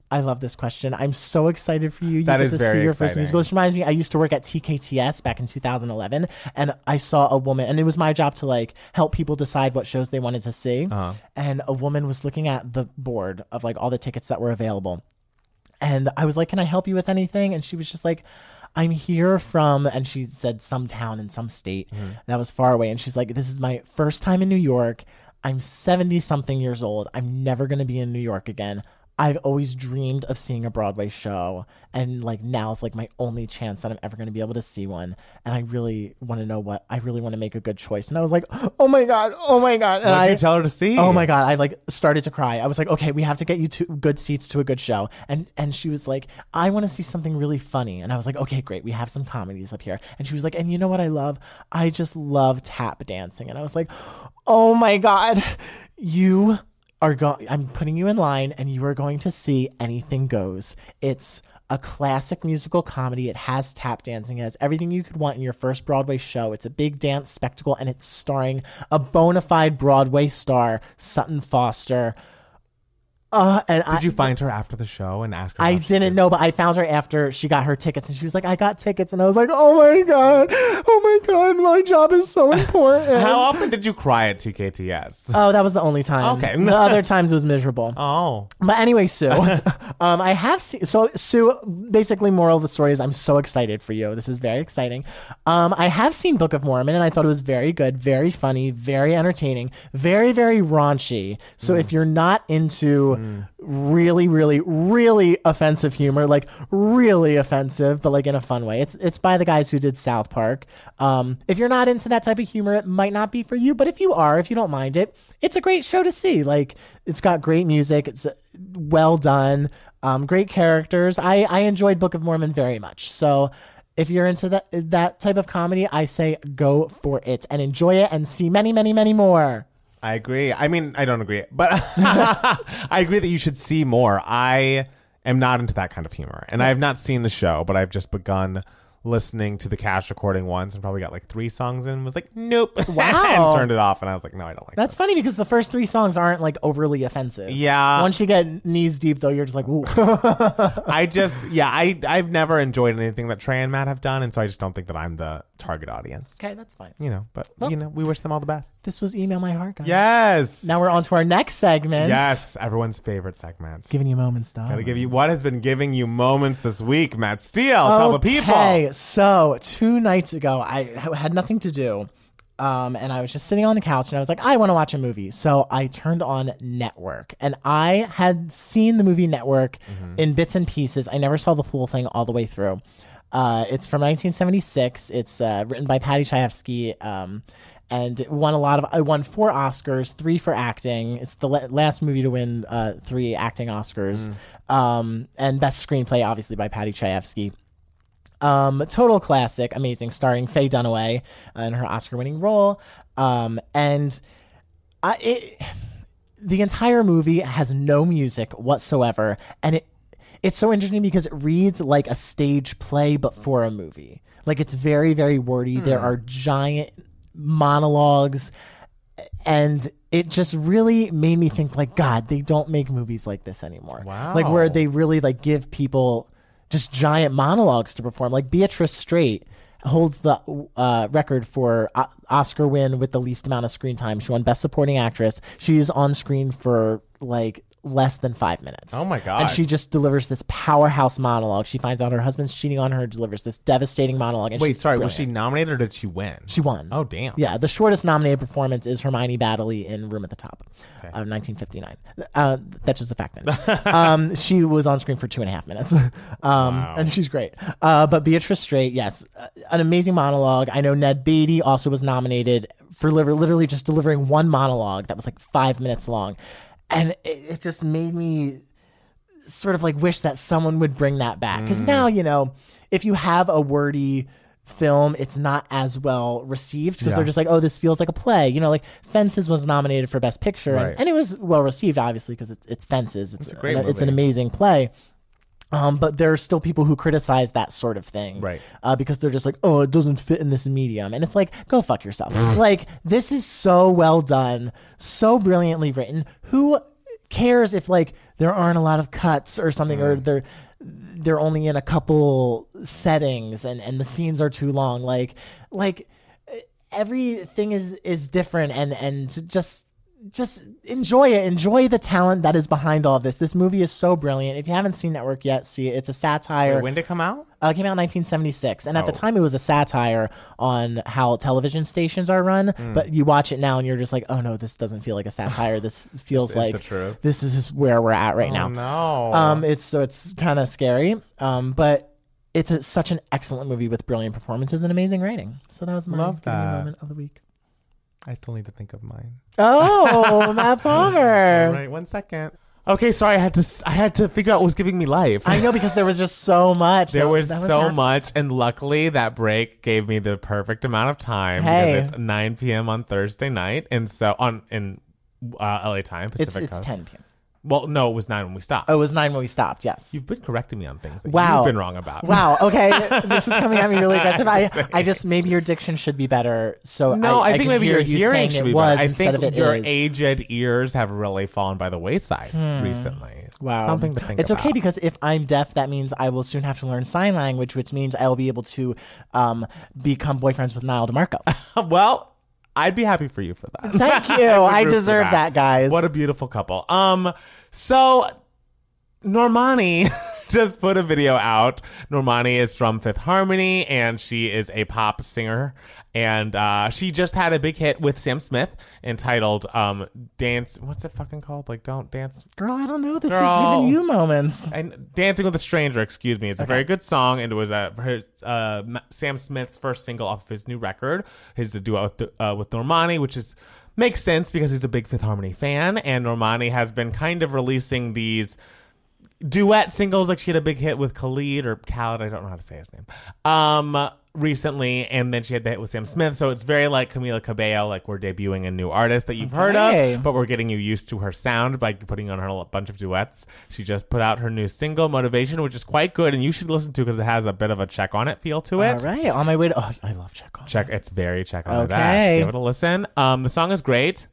Speaker 2: I love this question. I'm so excited for you. You
Speaker 1: That
Speaker 2: get
Speaker 1: is
Speaker 2: to see
Speaker 1: very
Speaker 2: your first
Speaker 1: exciting.
Speaker 2: musical. Which reminds me, I used to work at TKTS back in 2011, and I saw a woman, and it was my job to like help people decide what shows they wanted to see.
Speaker 1: Uh-huh.
Speaker 2: And a woman was looking at the board of like all the tickets that were available, and I was like, "Can I help you with anything?" And she was just like, "I'm here from," and she said some town in some state that was far away, and she's like, "This is my first time in New York. I'm 70 something years old. I'm never going to be in New York again. I've always dreamed of seeing a Broadway show, and like now's like my only chance that I'm ever going to be able to see one. And I really want to know what I really want to make a good choice." And I was like, "Oh my god, oh my god!" And
Speaker 1: What
Speaker 2: I
Speaker 1: did you tell her to see?
Speaker 2: Oh my god, I like started to cry. I was like, okay, we have to get you two good seats to a good show. And and she was like, I want to see something really funny. And I was like, okay, great, we have some comedies up here. And she was like, and you know what I love? I just love tap dancing. And I was like, oh my god, you are going. I'm putting you in line, and you are going to see Anything Goes. It's a classic musical comedy. It has tap dancing. It has everything you could want in your first Broadway show. It's a big dance spectacle, and it's starring a bona fide Broadway star, Sutton Foster. Uh, and I,
Speaker 1: Did you find her after the show and ask her?
Speaker 2: I
Speaker 1: how she
Speaker 2: didn't know, but I found her after she got her tickets, and she was like, "I got tickets," and I was like, "Oh my god, oh my god, my job
Speaker 1: <laughs>
Speaker 2: is so important."
Speaker 1: How often did you cry at TKTS?
Speaker 2: oh, that was the only time.
Speaker 1: Okay.
Speaker 2: the other times it was miserable.
Speaker 1: oh,
Speaker 2: But anyway, Sue, um, I have seen. So, Sue, basically, moral of the story is I'm so excited for you. This is very exciting. Um, I have seen Book of Mormon, and I thought it was very good, very funny, very entertaining, very, very raunchy. So, if you're not into really, really, really offensive humor, like really offensive, but like in a fun way, it's it's by the guys who did South Park. Um, if you're not into that type of humor, it might not be for you. But if you are, if you don't mind it, it's a great show to see. Like, it's got great music. It's uh, well done. Um, great characters. I, I enjoyed Book of Mormon very much. So if you're into that that type of comedy, I say go for it and enjoy it and see many, many, many more.
Speaker 1: I agree. I mean, I don't agree, but <laughs> I agree that you should see more. I am not into that kind of humor, and I have not seen the show, but I've just begun listening to the cash recording once and probably got like three songs in and was like, nope. <laughs>
Speaker 2: Wow.
Speaker 1: and turned it off, and I was like, no, I don't like that.
Speaker 2: That's funny because the first three songs aren't like overly offensive.
Speaker 1: Yeah.
Speaker 2: Once you get knees deep though, you're just like, ooh.
Speaker 1: I just, yeah, I, I've never enjoyed anything that Trey and Matt have done, and so I just don't think that I'm the target audience.
Speaker 2: okay, that's fine.
Speaker 1: You know, but, you know, we wish them all the best.
Speaker 2: This was Email My Heart, guys.
Speaker 1: Yes.
Speaker 2: Now we're on to our next segment.
Speaker 1: Yes. Everyone's favorite segment.
Speaker 2: Giving you moments, dog.
Speaker 1: Gotta give you what has been giving you moments this week, Matt Steele. Tell the people.
Speaker 2: Okay, so two nights ago, I ha- had nothing to do. Um, and I was just sitting on the couch and I was like, I want to watch a movie. So I turned on Network and I had seen the movie Network in bits and pieces. I never saw the full thing all the way through. Uh, it's from 1976. It's uh, written by Patty Chayefsky. Um, and it won a lot of. It won four Oscars, three for acting. It's the la- last movie to win uh, three acting Oscars, um, and best screenplay, obviously by Patty Chayefsky. Um, total classic, amazing, starring Faye Dunaway uh, in her Oscar-winning role. Um, and I, it, the entire movie has no music whatsoever, and it it's so interesting because it reads like a stage play but for a movie. Like it's very very wordy. There are giant monologues and it just really made me think like god they don't make movies like this anymore
Speaker 1: Wow.
Speaker 2: like where they really like give people just giant monologues to perform like beatrice Straight holds the uh, record for o- oscar win with the least amount of screen time she won best supporting actress she's on screen for like less than five minutes
Speaker 1: Oh my God.
Speaker 2: and she just delivers this powerhouse monologue she finds out her husband's cheating on her delivers this devastating monologue and
Speaker 1: Wait,
Speaker 2: she's
Speaker 1: sorry, was
Speaker 2: brilliant.
Speaker 1: she nominated or did she win?
Speaker 2: She won.
Speaker 1: Oh, damn.
Speaker 2: Yeah, the shortest nominated performance is Hermione Baddeley in Room at the Top, uh, 1959. Uh, that's just a fact. Then. <laughs> um, she was on screen for two and a half minutes, <laughs> um, and she's great. Uh, but Beatrice Straight, yes, uh, an amazing monologue. I know Ned Beatty also was nominated for liver- literally just delivering one monologue that was like five minutes long, and it, it just made me sort of like wish that someone would bring that back
Speaker 1: Mm.
Speaker 2: because now you know if you have a wordy film it's not as well received because they're just like oh this feels like a play you know like fences was nominated for best picture
Speaker 1: Right.
Speaker 2: and, and it was well received obviously because it's, it's fences it's,
Speaker 1: great
Speaker 2: an- it's an
Speaker 1: movie.
Speaker 2: amazing play um, but there are still people who criticize that sort of thing,
Speaker 1: Right.
Speaker 2: Uh, because they're just like, "Oh, it doesn't fit in this medium," and it's like, "Go fuck yourself." like this is so well done, so brilliantly written. Who cares if like there aren't a lot of cuts or something, or they're they're only in a couple settings, and and the
Speaker 1: Mm-hmm.
Speaker 2: scenes are too long. Like like everything is is different and and just just enjoy it enjoy the talent that is behind all this this movie is so brilliant if you haven't seen network yet see it it's a satire
Speaker 1: When did it come out?
Speaker 2: uh, it came out in 1976 and at the
Speaker 1: Oh.
Speaker 2: time it was a satire on how television stations are run
Speaker 1: Mm.
Speaker 2: but you watch it now and you're just like oh no this doesn't feel like a
Speaker 1: <laughs>
Speaker 2: satire this feels
Speaker 1: the
Speaker 2: like
Speaker 1: truth.
Speaker 2: this is just where we're at right now
Speaker 1: Oh, no.
Speaker 2: um, it's so it's kind of scary, um, but it's a, such an excellent movie with brilliant performances and amazing writing. So that was my
Speaker 1: Love
Speaker 2: community
Speaker 1: that.
Speaker 2: moment of the week.
Speaker 1: I still need to think of mine.
Speaker 2: <laughs> Oh, Matt
Speaker 1: All
Speaker 2: Palmer!
Speaker 1: right, one second. Okay, sorry. I had to. s- I had to figure out what was giving me life.
Speaker 2: I know because there was just so much.
Speaker 1: there
Speaker 2: That-
Speaker 1: was,
Speaker 2: that
Speaker 1: so
Speaker 2: hap-
Speaker 1: much, and luckily that break gave me the perfect amount of time
Speaker 2: Hey.
Speaker 1: because it's 9 p.m. on Thursday night, and so on in uh, LA time
Speaker 2: It's
Speaker 1: Pacific
Speaker 2: it's
Speaker 1: Coast.
Speaker 2: 10 p.m.
Speaker 1: Well, no, it was nine when we stopped.
Speaker 2: Oh, it was nine when we stopped. Yes.
Speaker 1: You've been correcting me on things that
Speaker 2: Wow.
Speaker 1: you've been wrong about.
Speaker 2: <laughs> Wow. Okay. this is coming at me really aggressive.
Speaker 1: <laughs>
Speaker 2: I, I just maybe your diction should be better. So
Speaker 1: No, I,
Speaker 2: I,
Speaker 1: think
Speaker 2: can
Speaker 1: maybe
Speaker 2: hear
Speaker 1: your
Speaker 2: you
Speaker 1: hearing
Speaker 2: saying
Speaker 1: should
Speaker 2: it
Speaker 1: be
Speaker 2: was
Speaker 1: better. I
Speaker 2: instead
Speaker 1: think
Speaker 2: of it
Speaker 1: your
Speaker 2: is. Hmm.
Speaker 1: aged ears have really fallen by the wayside recently.
Speaker 2: Wow.
Speaker 1: Something to think
Speaker 2: Um, It's
Speaker 1: about.
Speaker 2: okay because if I'm deaf, that means I will soon have to learn sign language, which means I will be able to um, become boyfriends with
Speaker 1: <laughs>
Speaker 2: Niall DeMarco.
Speaker 1: well, I'd be happy for you for that.
Speaker 2: Thank you.
Speaker 1: I'd
Speaker 2: Oh, I
Speaker 1: root for
Speaker 2: deserve that. guys.
Speaker 1: What a beautiful couple. Um, so Normani <laughs> just put a video out. Normani is from Fifth Harmony and she is a pop singer. And uh, she just had a big hit with Sam Smith entitled um, Dance. What's it fucking called? Like, don't dance.
Speaker 2: Girl, I don't know. This
Speaker 1: Girl.
Speaker 2: is giving you moments.
Speaker 1: And Dancing with a Stranger, excuse me. It's a very good song, and it was uh, her, uh, Ma- Sam Smith's first single off of his new record. His duo with, uh, with Normani, which is makes sense because he's a big Fifth Harmony fan, and Normani has been kind of releasing these duet singles. Like she had a big hit with Khalid or Khaled, I don't know how to say his name. Um, recently, and then she had the hit with Sam Smith. So it's very like Camila Cabello, like we're debuting a new artist that you've heard
Speaker 2: Okay.
Speaker 1: of, but we're getting you used to her sound by putting on her a bunch of duets. She just put out her new single, Motivation, which is quite good, and you should listen to because it has a bit of a check on it feel to it.
Speaker 2: All right. On my way to. Oh, I love check on.
Speaker 1: Check it's very check on the
Speaker 2: Okay.
Speaker 1: ass. Give it a listen. Um, the song is great,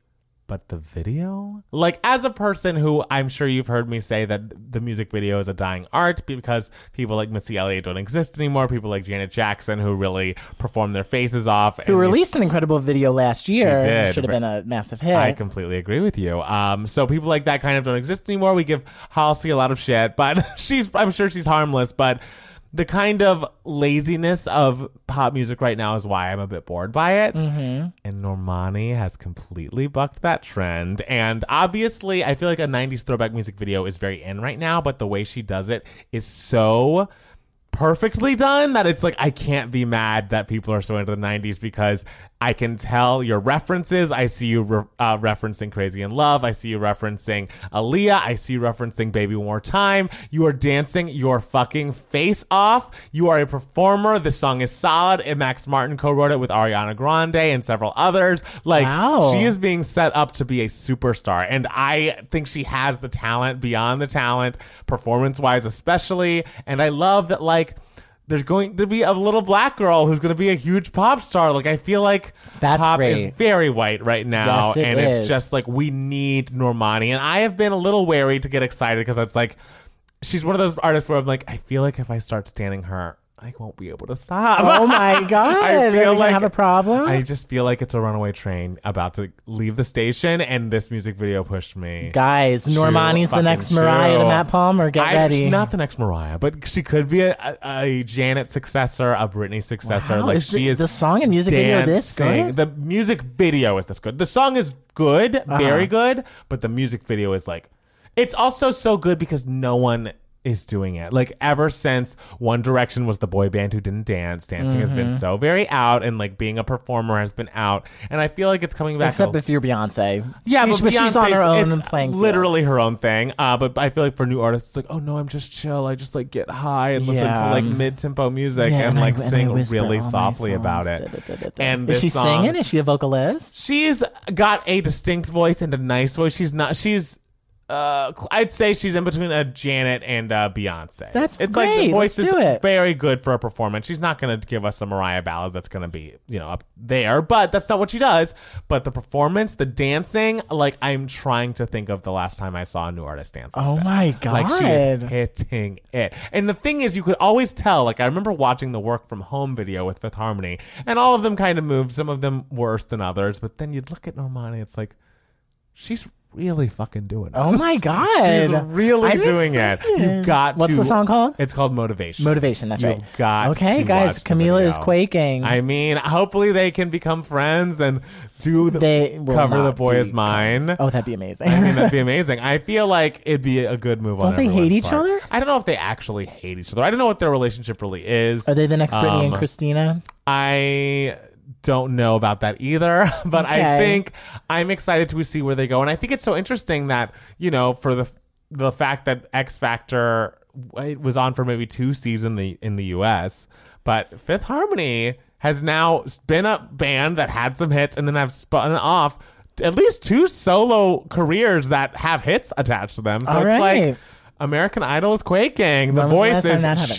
Speaker 1: but the video, like as a person who I'm sure you've heard me say that the music video is a dying art because people like Missy Elliott don't exist anymore. People like Janet Jackson who really perform their faces off.
Speaker 2: Who
Speaker 1: and
Speaker 2: released an incredible video last year.
Speaker 1: did,
Speaker 2: Should have
Speaker 1: but-
Speaker 2: been a massive hit.
Speaker 1: I completely agree with you. Um, so people like that kind of don't exist anymore. We give Halsey a lot of shit, but <laughs> she's I'm sure she's harmless, but the kind of laziness of pop music right now is why I'm a bit bored by it. And Normani has completely bucked that trend. And obviously, I feel like a 90s throwback music video is very in right now, but the way she does it is so perfectly done that it's like I can't be mad that people are so into the 90s because I can tell your references. I see you re- uh, referencing Crazy in Love. I see you referencing Aaliyah. I see you referencing Baby One More Time. You are dancing your fucking face off. You are a performer. This song is solid. And Max Martin co-wrote it with Ariana Grande and several others. Like
Speaker 2: Wow.
Speaker 1: she is being set up to be a superstar. And I think she has the talent beyond the talent, performance wise, especially. And I love that, like, there's going to be a little black girl who's going to be a huge pop star. Like, I feel like
Speaker 2: That's
Speaker 1: pop
Speaker 2: great.
Speaker 1: is very white right now.
Speaker 2: Yes, it
Speaker 1: and
Speaker 2: is.
Speaker 1: it's just like, we need Normani. And I have been a little wary to get excited because it's like, she's one of those artists where I'm like, I feel like if I start standing her, I won't be able to stop. <laughs>
Speaker 2: Oh my god!
Speaker 1: I feel
Speaker 2: Are we gonna
Speaker 1: like
Speaker 2: have a problem.
Speaker 1: I just feel like it's a runaway train about to leave the station, and this music video pushed me.
Speaker 2: Guys, Normani's the
Speaker 1: fucking
Speaker 2: next Mariah to
Speaker 1: true.
Speaker 2: Matt Palmer. Get
Speaker 1: I-
Speaker 2: ready.
Speaker 1: Not the next Mariah, but she could be a, a, a Janet successor, a Britney successor.
Speaker 2: Wow,
Speaker 1: like
Speaker 2: is the,
Speaker 1: she is
Speaker 2: the song and music video this
Speaker 1: dancing.
Speaker 2: good?
Speaker 1: The music video is this good. The song is good,
Speaker 2: Uh-huh.
Speaker 1: very good, but the music video is like it's also so good because no one is doing it. Like ever since One Direction was the boy band who didn't dance, dancing has been
Speaker 2: Mm-hmm.
Speaker 1: so very out and like being a performer has been out. And I feel like it's coming back.
Speaker 2: Except
Speaker 1: a-
Speaker 2: if you're Beyonce.
Speaker 1: yeah,
Speaker 2: she's,
Speaker 1: but
Speaker 2: she's on her
Speaker 1: Beyonce's-
Speaker 2: own
Speaker 1: it's
Speaker 2: and playing. field.
Speaker 1: literally her own thing. Uh, but I feel like for new artists, it's like, oh no, I'm just chill. I just like get high and listen
Speaker 2: Yeah.
Speaker 1: to like mid tempo music
Speaker 2: Yeah,
Speaker 1: and, like
Speaker 2: I- and I
Speaker 1: sing
Speaker 2: whisper
Speaker 1: really
Speaker 2: all my
Speaker 1: softly
Speaker 2: songs.
Speaker 1: about it.
Speaker 2: Da, da, da, da, da.
Speaker 1: And
Speaker 2: is
Speaker 1: this
Speaker 2: she
Speaker 1: song-
Speaker 2: singing? Is she a vocalist?
Speaker 1: She's got a distinct voice and a nice voice. She's not. She's. Uh, cl- I'd say she's in between a Janet and a Beyonce.
Speaker 2: That's
Speaker 1: it's like
Speaker 2: great.
Speaker 1: the voice
Speaker 2: Let's
Speaker 1: is
Speaker 2: do it.
Speaker 1: very good for a performance. She's not going to give us a Mariah ballad that's going to be you know up there, but that's not what she does. But the performance, the dancing, like I'm trying to think of the last time I saw a new artist dance. like
Speaker 2: Oh
Speaker 1: that.
Speaker 2: my god!
Speaker 1: Like she is hitting it. And the thing is, you could always tell. Like I remember watching the work from home video with Fifth Harmony, and all of them kind of moved. Some of them worse than others. But then you'd look at Normani, it's like she's really fucking doing it.
Speaker 2: oh my god!
Speaker 1: <laughs> she's really
Speaker 2: I'm
Speaker 1: doing it.
Speaker 2: excited.
Speaker 1: You've got
Speaker 2: What's
Speaker 1: to.
Speaker 2: the song called?
Speaker 1: It's called Motivation.
Speaker 2: Motivation. That's
Speaker 1: You've
Speaker 2: right.
Speaker 1: got
Speaker 2: okay,
Speaker 1: to
Speaker 2: guys.
Speaker 1: watch the
Speaker 2: Camila is
Speaker 1: video.
Speaker 2: quaking.
Speaker 1: I mean, hopefully they can become friends and do the
Speaker 2: They will
Speaker 1: cover
Speaker 2: not
Speaker 1: the boy
Speaker 2: be
Speaker 1: is mine.
Speaker 2: oh, that'd be amazing.
Speaker 1: I mean, that'd be amazing. I feel like it'd be a good move.
Speaker 2: Don't
Speaker 1: on
Speaker 2: they hate
Speaker 1: everyone's
Speaker 2: each
Speaker 1: part.
Speaker 2: other?
Speaker 1: I don't know if they actually hate each other. I don't know what their relationship really is.
Speaker 2: <laughs> Are they the next Britney and
Speaker 1: Um,
Speaker 2: Christina?
Speaker 1: I don't know about that either, <laughs> but
Speaker 2: Okay.
Speaker 1: I think I'm excited to see where they go, and I think it's so interesting that you know for the the fact that X Factor it was on for maybe two seasons in the in the U.S., but Fifth Harmony has now been a band that had some hits and then have spun off at least two solo careers that have hits attached to them. So
Speaker 2: All
Speaker 1: it's
Speaker 2: right.
Speaker 1: like American Idol is quaking. The
Speaker 2: When was
Speaker 1: voice
Speaker 2: the last
Speaker 1: is
Speaker 2: time that happened?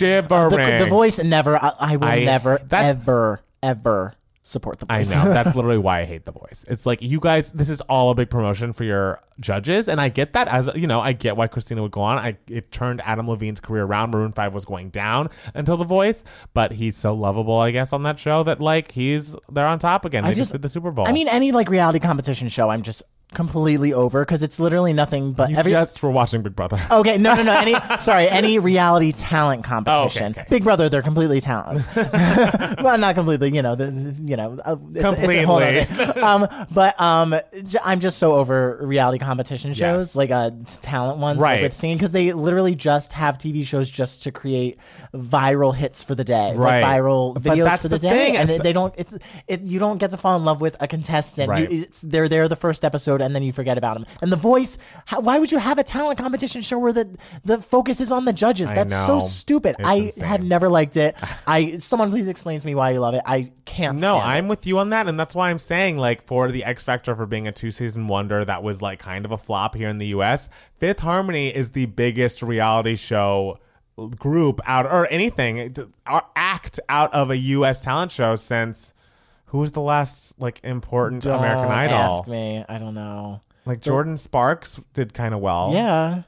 Speaker 1: shivering.
Speaker 2: The, the voice never. I, I will
Speaker 1: I-
Speaker 2: never,
Speaker 1: that's-
Speaker 2: ever, ever support the
Speaker 1: I
Speaker 2: voice.
Speaker 1: know.
Speaker 2: <laughs>
Speaker 1: That's literally why I hate The Voice. It's like you guys. This is all a big promotion for your judges, and I get that. As you know, I get why Christina would go on. I it turned Adam Levine's career around. Maroon Five was going down until The Voice, but he's so lovable, I guess, on that show that like he's they're on top again. They just,
Speaker 2: just-
Speaker 1: did the Super Bowl.
Speaker 2: I mean, any like reality competition show, I'm just completely over because it's literally nothing but
Speaker 1: you
Speaker 2: every.
Speaker 1: just were watching Big Brother.
Speaker 2: Okay, no, no, no. Any <laughs> sorry, any reality talent competition.
Speaker 1: Oh, okay.
Speaker 2: Big Brother, they're completely talentless. <laughs> well, not completely. You know, the, you know, uh, it's, It's a whole
Speaker 1: Completely.
Speaker 2: other- um, but um, j- I'm just so over reality competition shows,
Speaker 1: Yes.
Speaker 2: like uh, t- talent ones, like
Speaker 1: Right.
Speaker 2: with singing, because they literally just have TV shows just to create viral hits for the day,
Speaker 1: Right.
Speaker 2: like viral
Speaker 1: But
Speaker 2: videos
Speaker 1: that's
Speaker 2: for the,
Speaker 1: the
Speaker 2: day,
Speaker 1: thing,
Speaker 2: and
Speaker 1: it's-
Speaker 2: they don't. It's it. You don't get to fall in love with a contestant. You-
Speaker 1: Right.
Speaker 2: it's, they're there the first episode, and then you forget about them. And The Voice. How, why would you have a talent competition show where the the focus is on the judges? That's so
Speaker 1: know.
Speaker 2: stupid.
Speaker 1: It's
Speaker 2: I
Speaker 1: insane.
Speaker 2: have never liked it. I someone please explain to me why you love it. I can't.
Speaker 1: No,
Speaker 2: stand it.
Speaker 1: I'm with you on that, and that's why I'm saying like for the X Factor for being a two season wonder that was like kind of a flop here in the U.S. Fifth Harmony is the biggest reality show group out or anything or act out of a U.S. talent show since who was the last like important American
Speaker 2: Don't
Speaker 1: Idol?
Speaker 2: Oh, Ask me. I don't know.
Speaker 1: Like Jordan Sparks did kind of well.
Speaker 2: Yeah.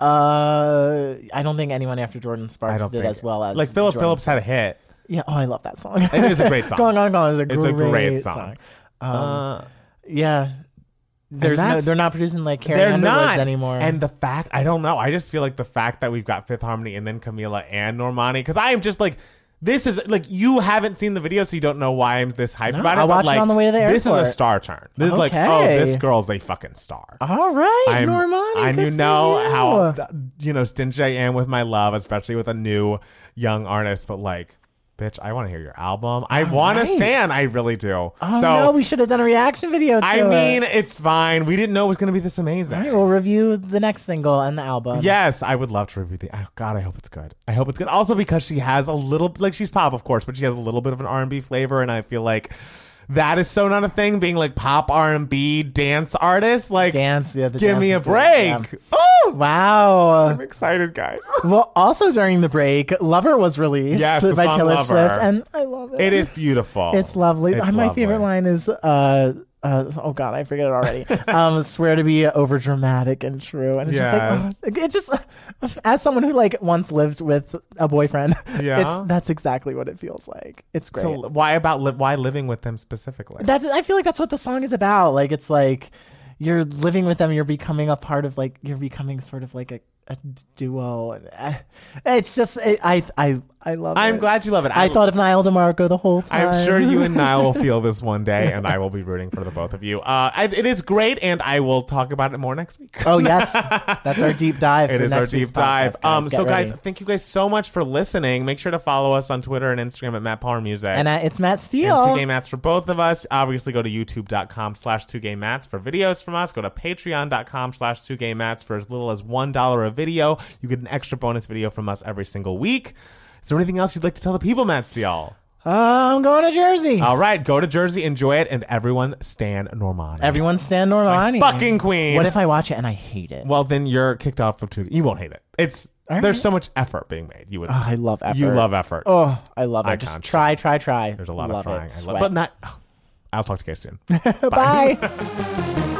Speaker 2: Uh, I don't think anyone after Jordan
Speaker 1: I
Speaker 2: Sparks
Speaker 1: don't
Speaker 2: did
Speaker 1: think-
Speaker 2: as well as
Speaker 1: like Philip
Speaker 2: Jordan.
Speaker 1: Phillips had a hit.
Speaker 2: Yeah. Oh, I love that song. It
Speaker 1: is a
Speaker 2: <laughs>
Speaker 1: great song.
Speaker 2: Going on, going is a
Speaker 1: It's
Speaker 2: great,
Speaker 1: a great
Speaker 2: song.
Speaker 1: song.
Speaker 2: Um,
Speaker 1: Uh,
Speaker 2: yeah. There's no,
Speaker 1: that's-
Speaker 2: they're not producing like Carrie
Speaker 1: They're
Speaker 2: Underwoods
Speaker 1: not
Speaker 2: anymore.
Speaker 1: And the fact, I don't know. I just feel like the fact that we've got Fifth Harmony and then Camila and Normani, because I am just like, This is like you haven't seen the video, so you don't know why I'm this hyped
Speaker 2: No,
Speaker 1: about it.
Speaker 2: I
Speaker 1: but,
Speaker 2: watched it
Speaker 1: like,
Speaker 2: on the way to the
Speaker 1: This is a
Speaker 2: airport.
Speaker 1: star turn. This is like, oh,
Speaker 2: Okay.
Speaker 1: this girl's a fucking star.
Speaker 2: All right,
Speaker 1: I'm-
Speaker 2: Normani.
Speaker 1: I
Speaker 2: good
Speaker 1: knew
Speaker 2: for
Speaker 1: know
Speaker 2: you. Oh,
Speaker 1: how th- you know stingy I am with my love, especially with a new young artist. But like, bitch, I want to hear your album. I want
Speaker 2: right.
Speaker 1: to stand. I really do.
Speaker 2: Oh
Speaker 1: so
Speaker 2: no, we should have done a reaction video. To
Speaker 1: I
Speaker 2: it.
Speaker 1: mean, it's fine. We didn't know it was gonna be this
Speaker 2: All right,
Speaker 1: amazing.
Speaker 2: we'll review the next single and the album.
Speaker 1: Yes, I would love to review the. Oh God, I hope it's good. I hope it's good. Also because she has a little, like she's pop, of course, but she has a little bit of an R and B flavor, and I feel like that is so not a thing. Being like pop R and B dance artist, like
Speaker 2: dance. Yeah, the
Speaker 1: give me a
Speaker 2: dance-
Speaker 1: break.
Speaker 2: yeah.
Speaker 1: Oh,
Speaker 2: Wow.
Speaker 1: I'm excited, guys.
Speaker 2: Well, also during the break, "Lover" was released
Speaker 1: Yes, the
Speaker 2: by
Speaker 1: song
Speaker 2: Taylor
Speaker 1: Lover.
Speaker 2: Swift, and I love it.
Speaker 1: It is beautiful.
Speaker 2: It's lovely.
Speaker 1: It's
Speaker 2: My favorite
Speaker 1: lovely.
Speaker 2: line is, uh, uh, "Oh God, I forget it
Speaker 1: <laughs>
Speaker 2: already." um, swear to be over dramatic and true, and it's
Speaker 1: Yes.
Speaker 2: just like oh, it's just as someone who like once lived with a boyfriend.
Speaker 1: Yeah.
Speaker 2: it's that's exactly what it feels like. It's great.
Speaker 1: So why about li- why living with them specifically?
Speaker 2: that's I feel like that's what the song is about. Like it's like you're living with them, you're becoming a part of like you're becoming sort of like a, a duo. And uh, It's just I I I, I love.
Speaker 1: I'm
Speaker 2: it.
Speaker 1: glad you love it.
Speaker 2: I thought of Niall DeMarco the whole time.
Speaker 1: I'm sure you
Speaker 2: <laughs>
Speaker 1: and Niall will feel this one day, and I will be rooting for the both of you. Uh, I, it is great, and I will talk about it more next week.
Speaker 2: Oh yes, that's our deep
Speaker 1: <laughs>
Speaker 2: dive.
Speaker 1: It
Speaker 2: for
Speaker 1: is our
Speaker 2: next
Speaker 1: deep
Speaker 2: week's
Speaker 1: dive.
Speaker 2: podcast,
Speaker 1: um,
Speaker 2: guys.
Speaker 1: so,
Speaker 2: Get
Speaker 1: guys,
Speaker 2: ready.
Speaker 1: thank you guys so much for listening. Make sure to follow us on Twitter and Instagram at Matt Palmer Music.
Speaker 2: and uh, it's Matt
Speaker 1: And two
Speaker 2: Steele.
Speaker 1: gay mats for both of us. Obviously, go to youtube.com slash two gay mats for videos from us. Go to patreon.com slash two gay mats for as little as $1 a video. You get an extra bonus video from us every single week. Is there anything else you'd like to tell the people, Matt Steele?
Speaker 2: Uh, I'm going to Jersey.
Speaker 1: All right, go to Jersey, enjoy it, and everyone stand Normani.
Speaker 2: Everyone stand Normani.
Speaker 1: fucking queen.
Speaker 2: What if I watch it and I hate it?
Speaker 1: well, then you're kicked off of two. You won't hate it. It's There's so much effort being made. You would.
Speaker 2: Oh, I love effort.
Speaker 1: You love effort.
Speaker 2: Oh, I love it.
Speaker 1: can't
Speaker 2: Just try, try, try.
Speaker 1: There's a lot
Speaker 2: love
Speaker 1: of trying.
Speaker 2: It.
Speaker 1: I
Speaker 2: Sweat.
Speaker 1: <laughs> love, but not. I'll talk to you guys soon.
Speaker 2: Bye.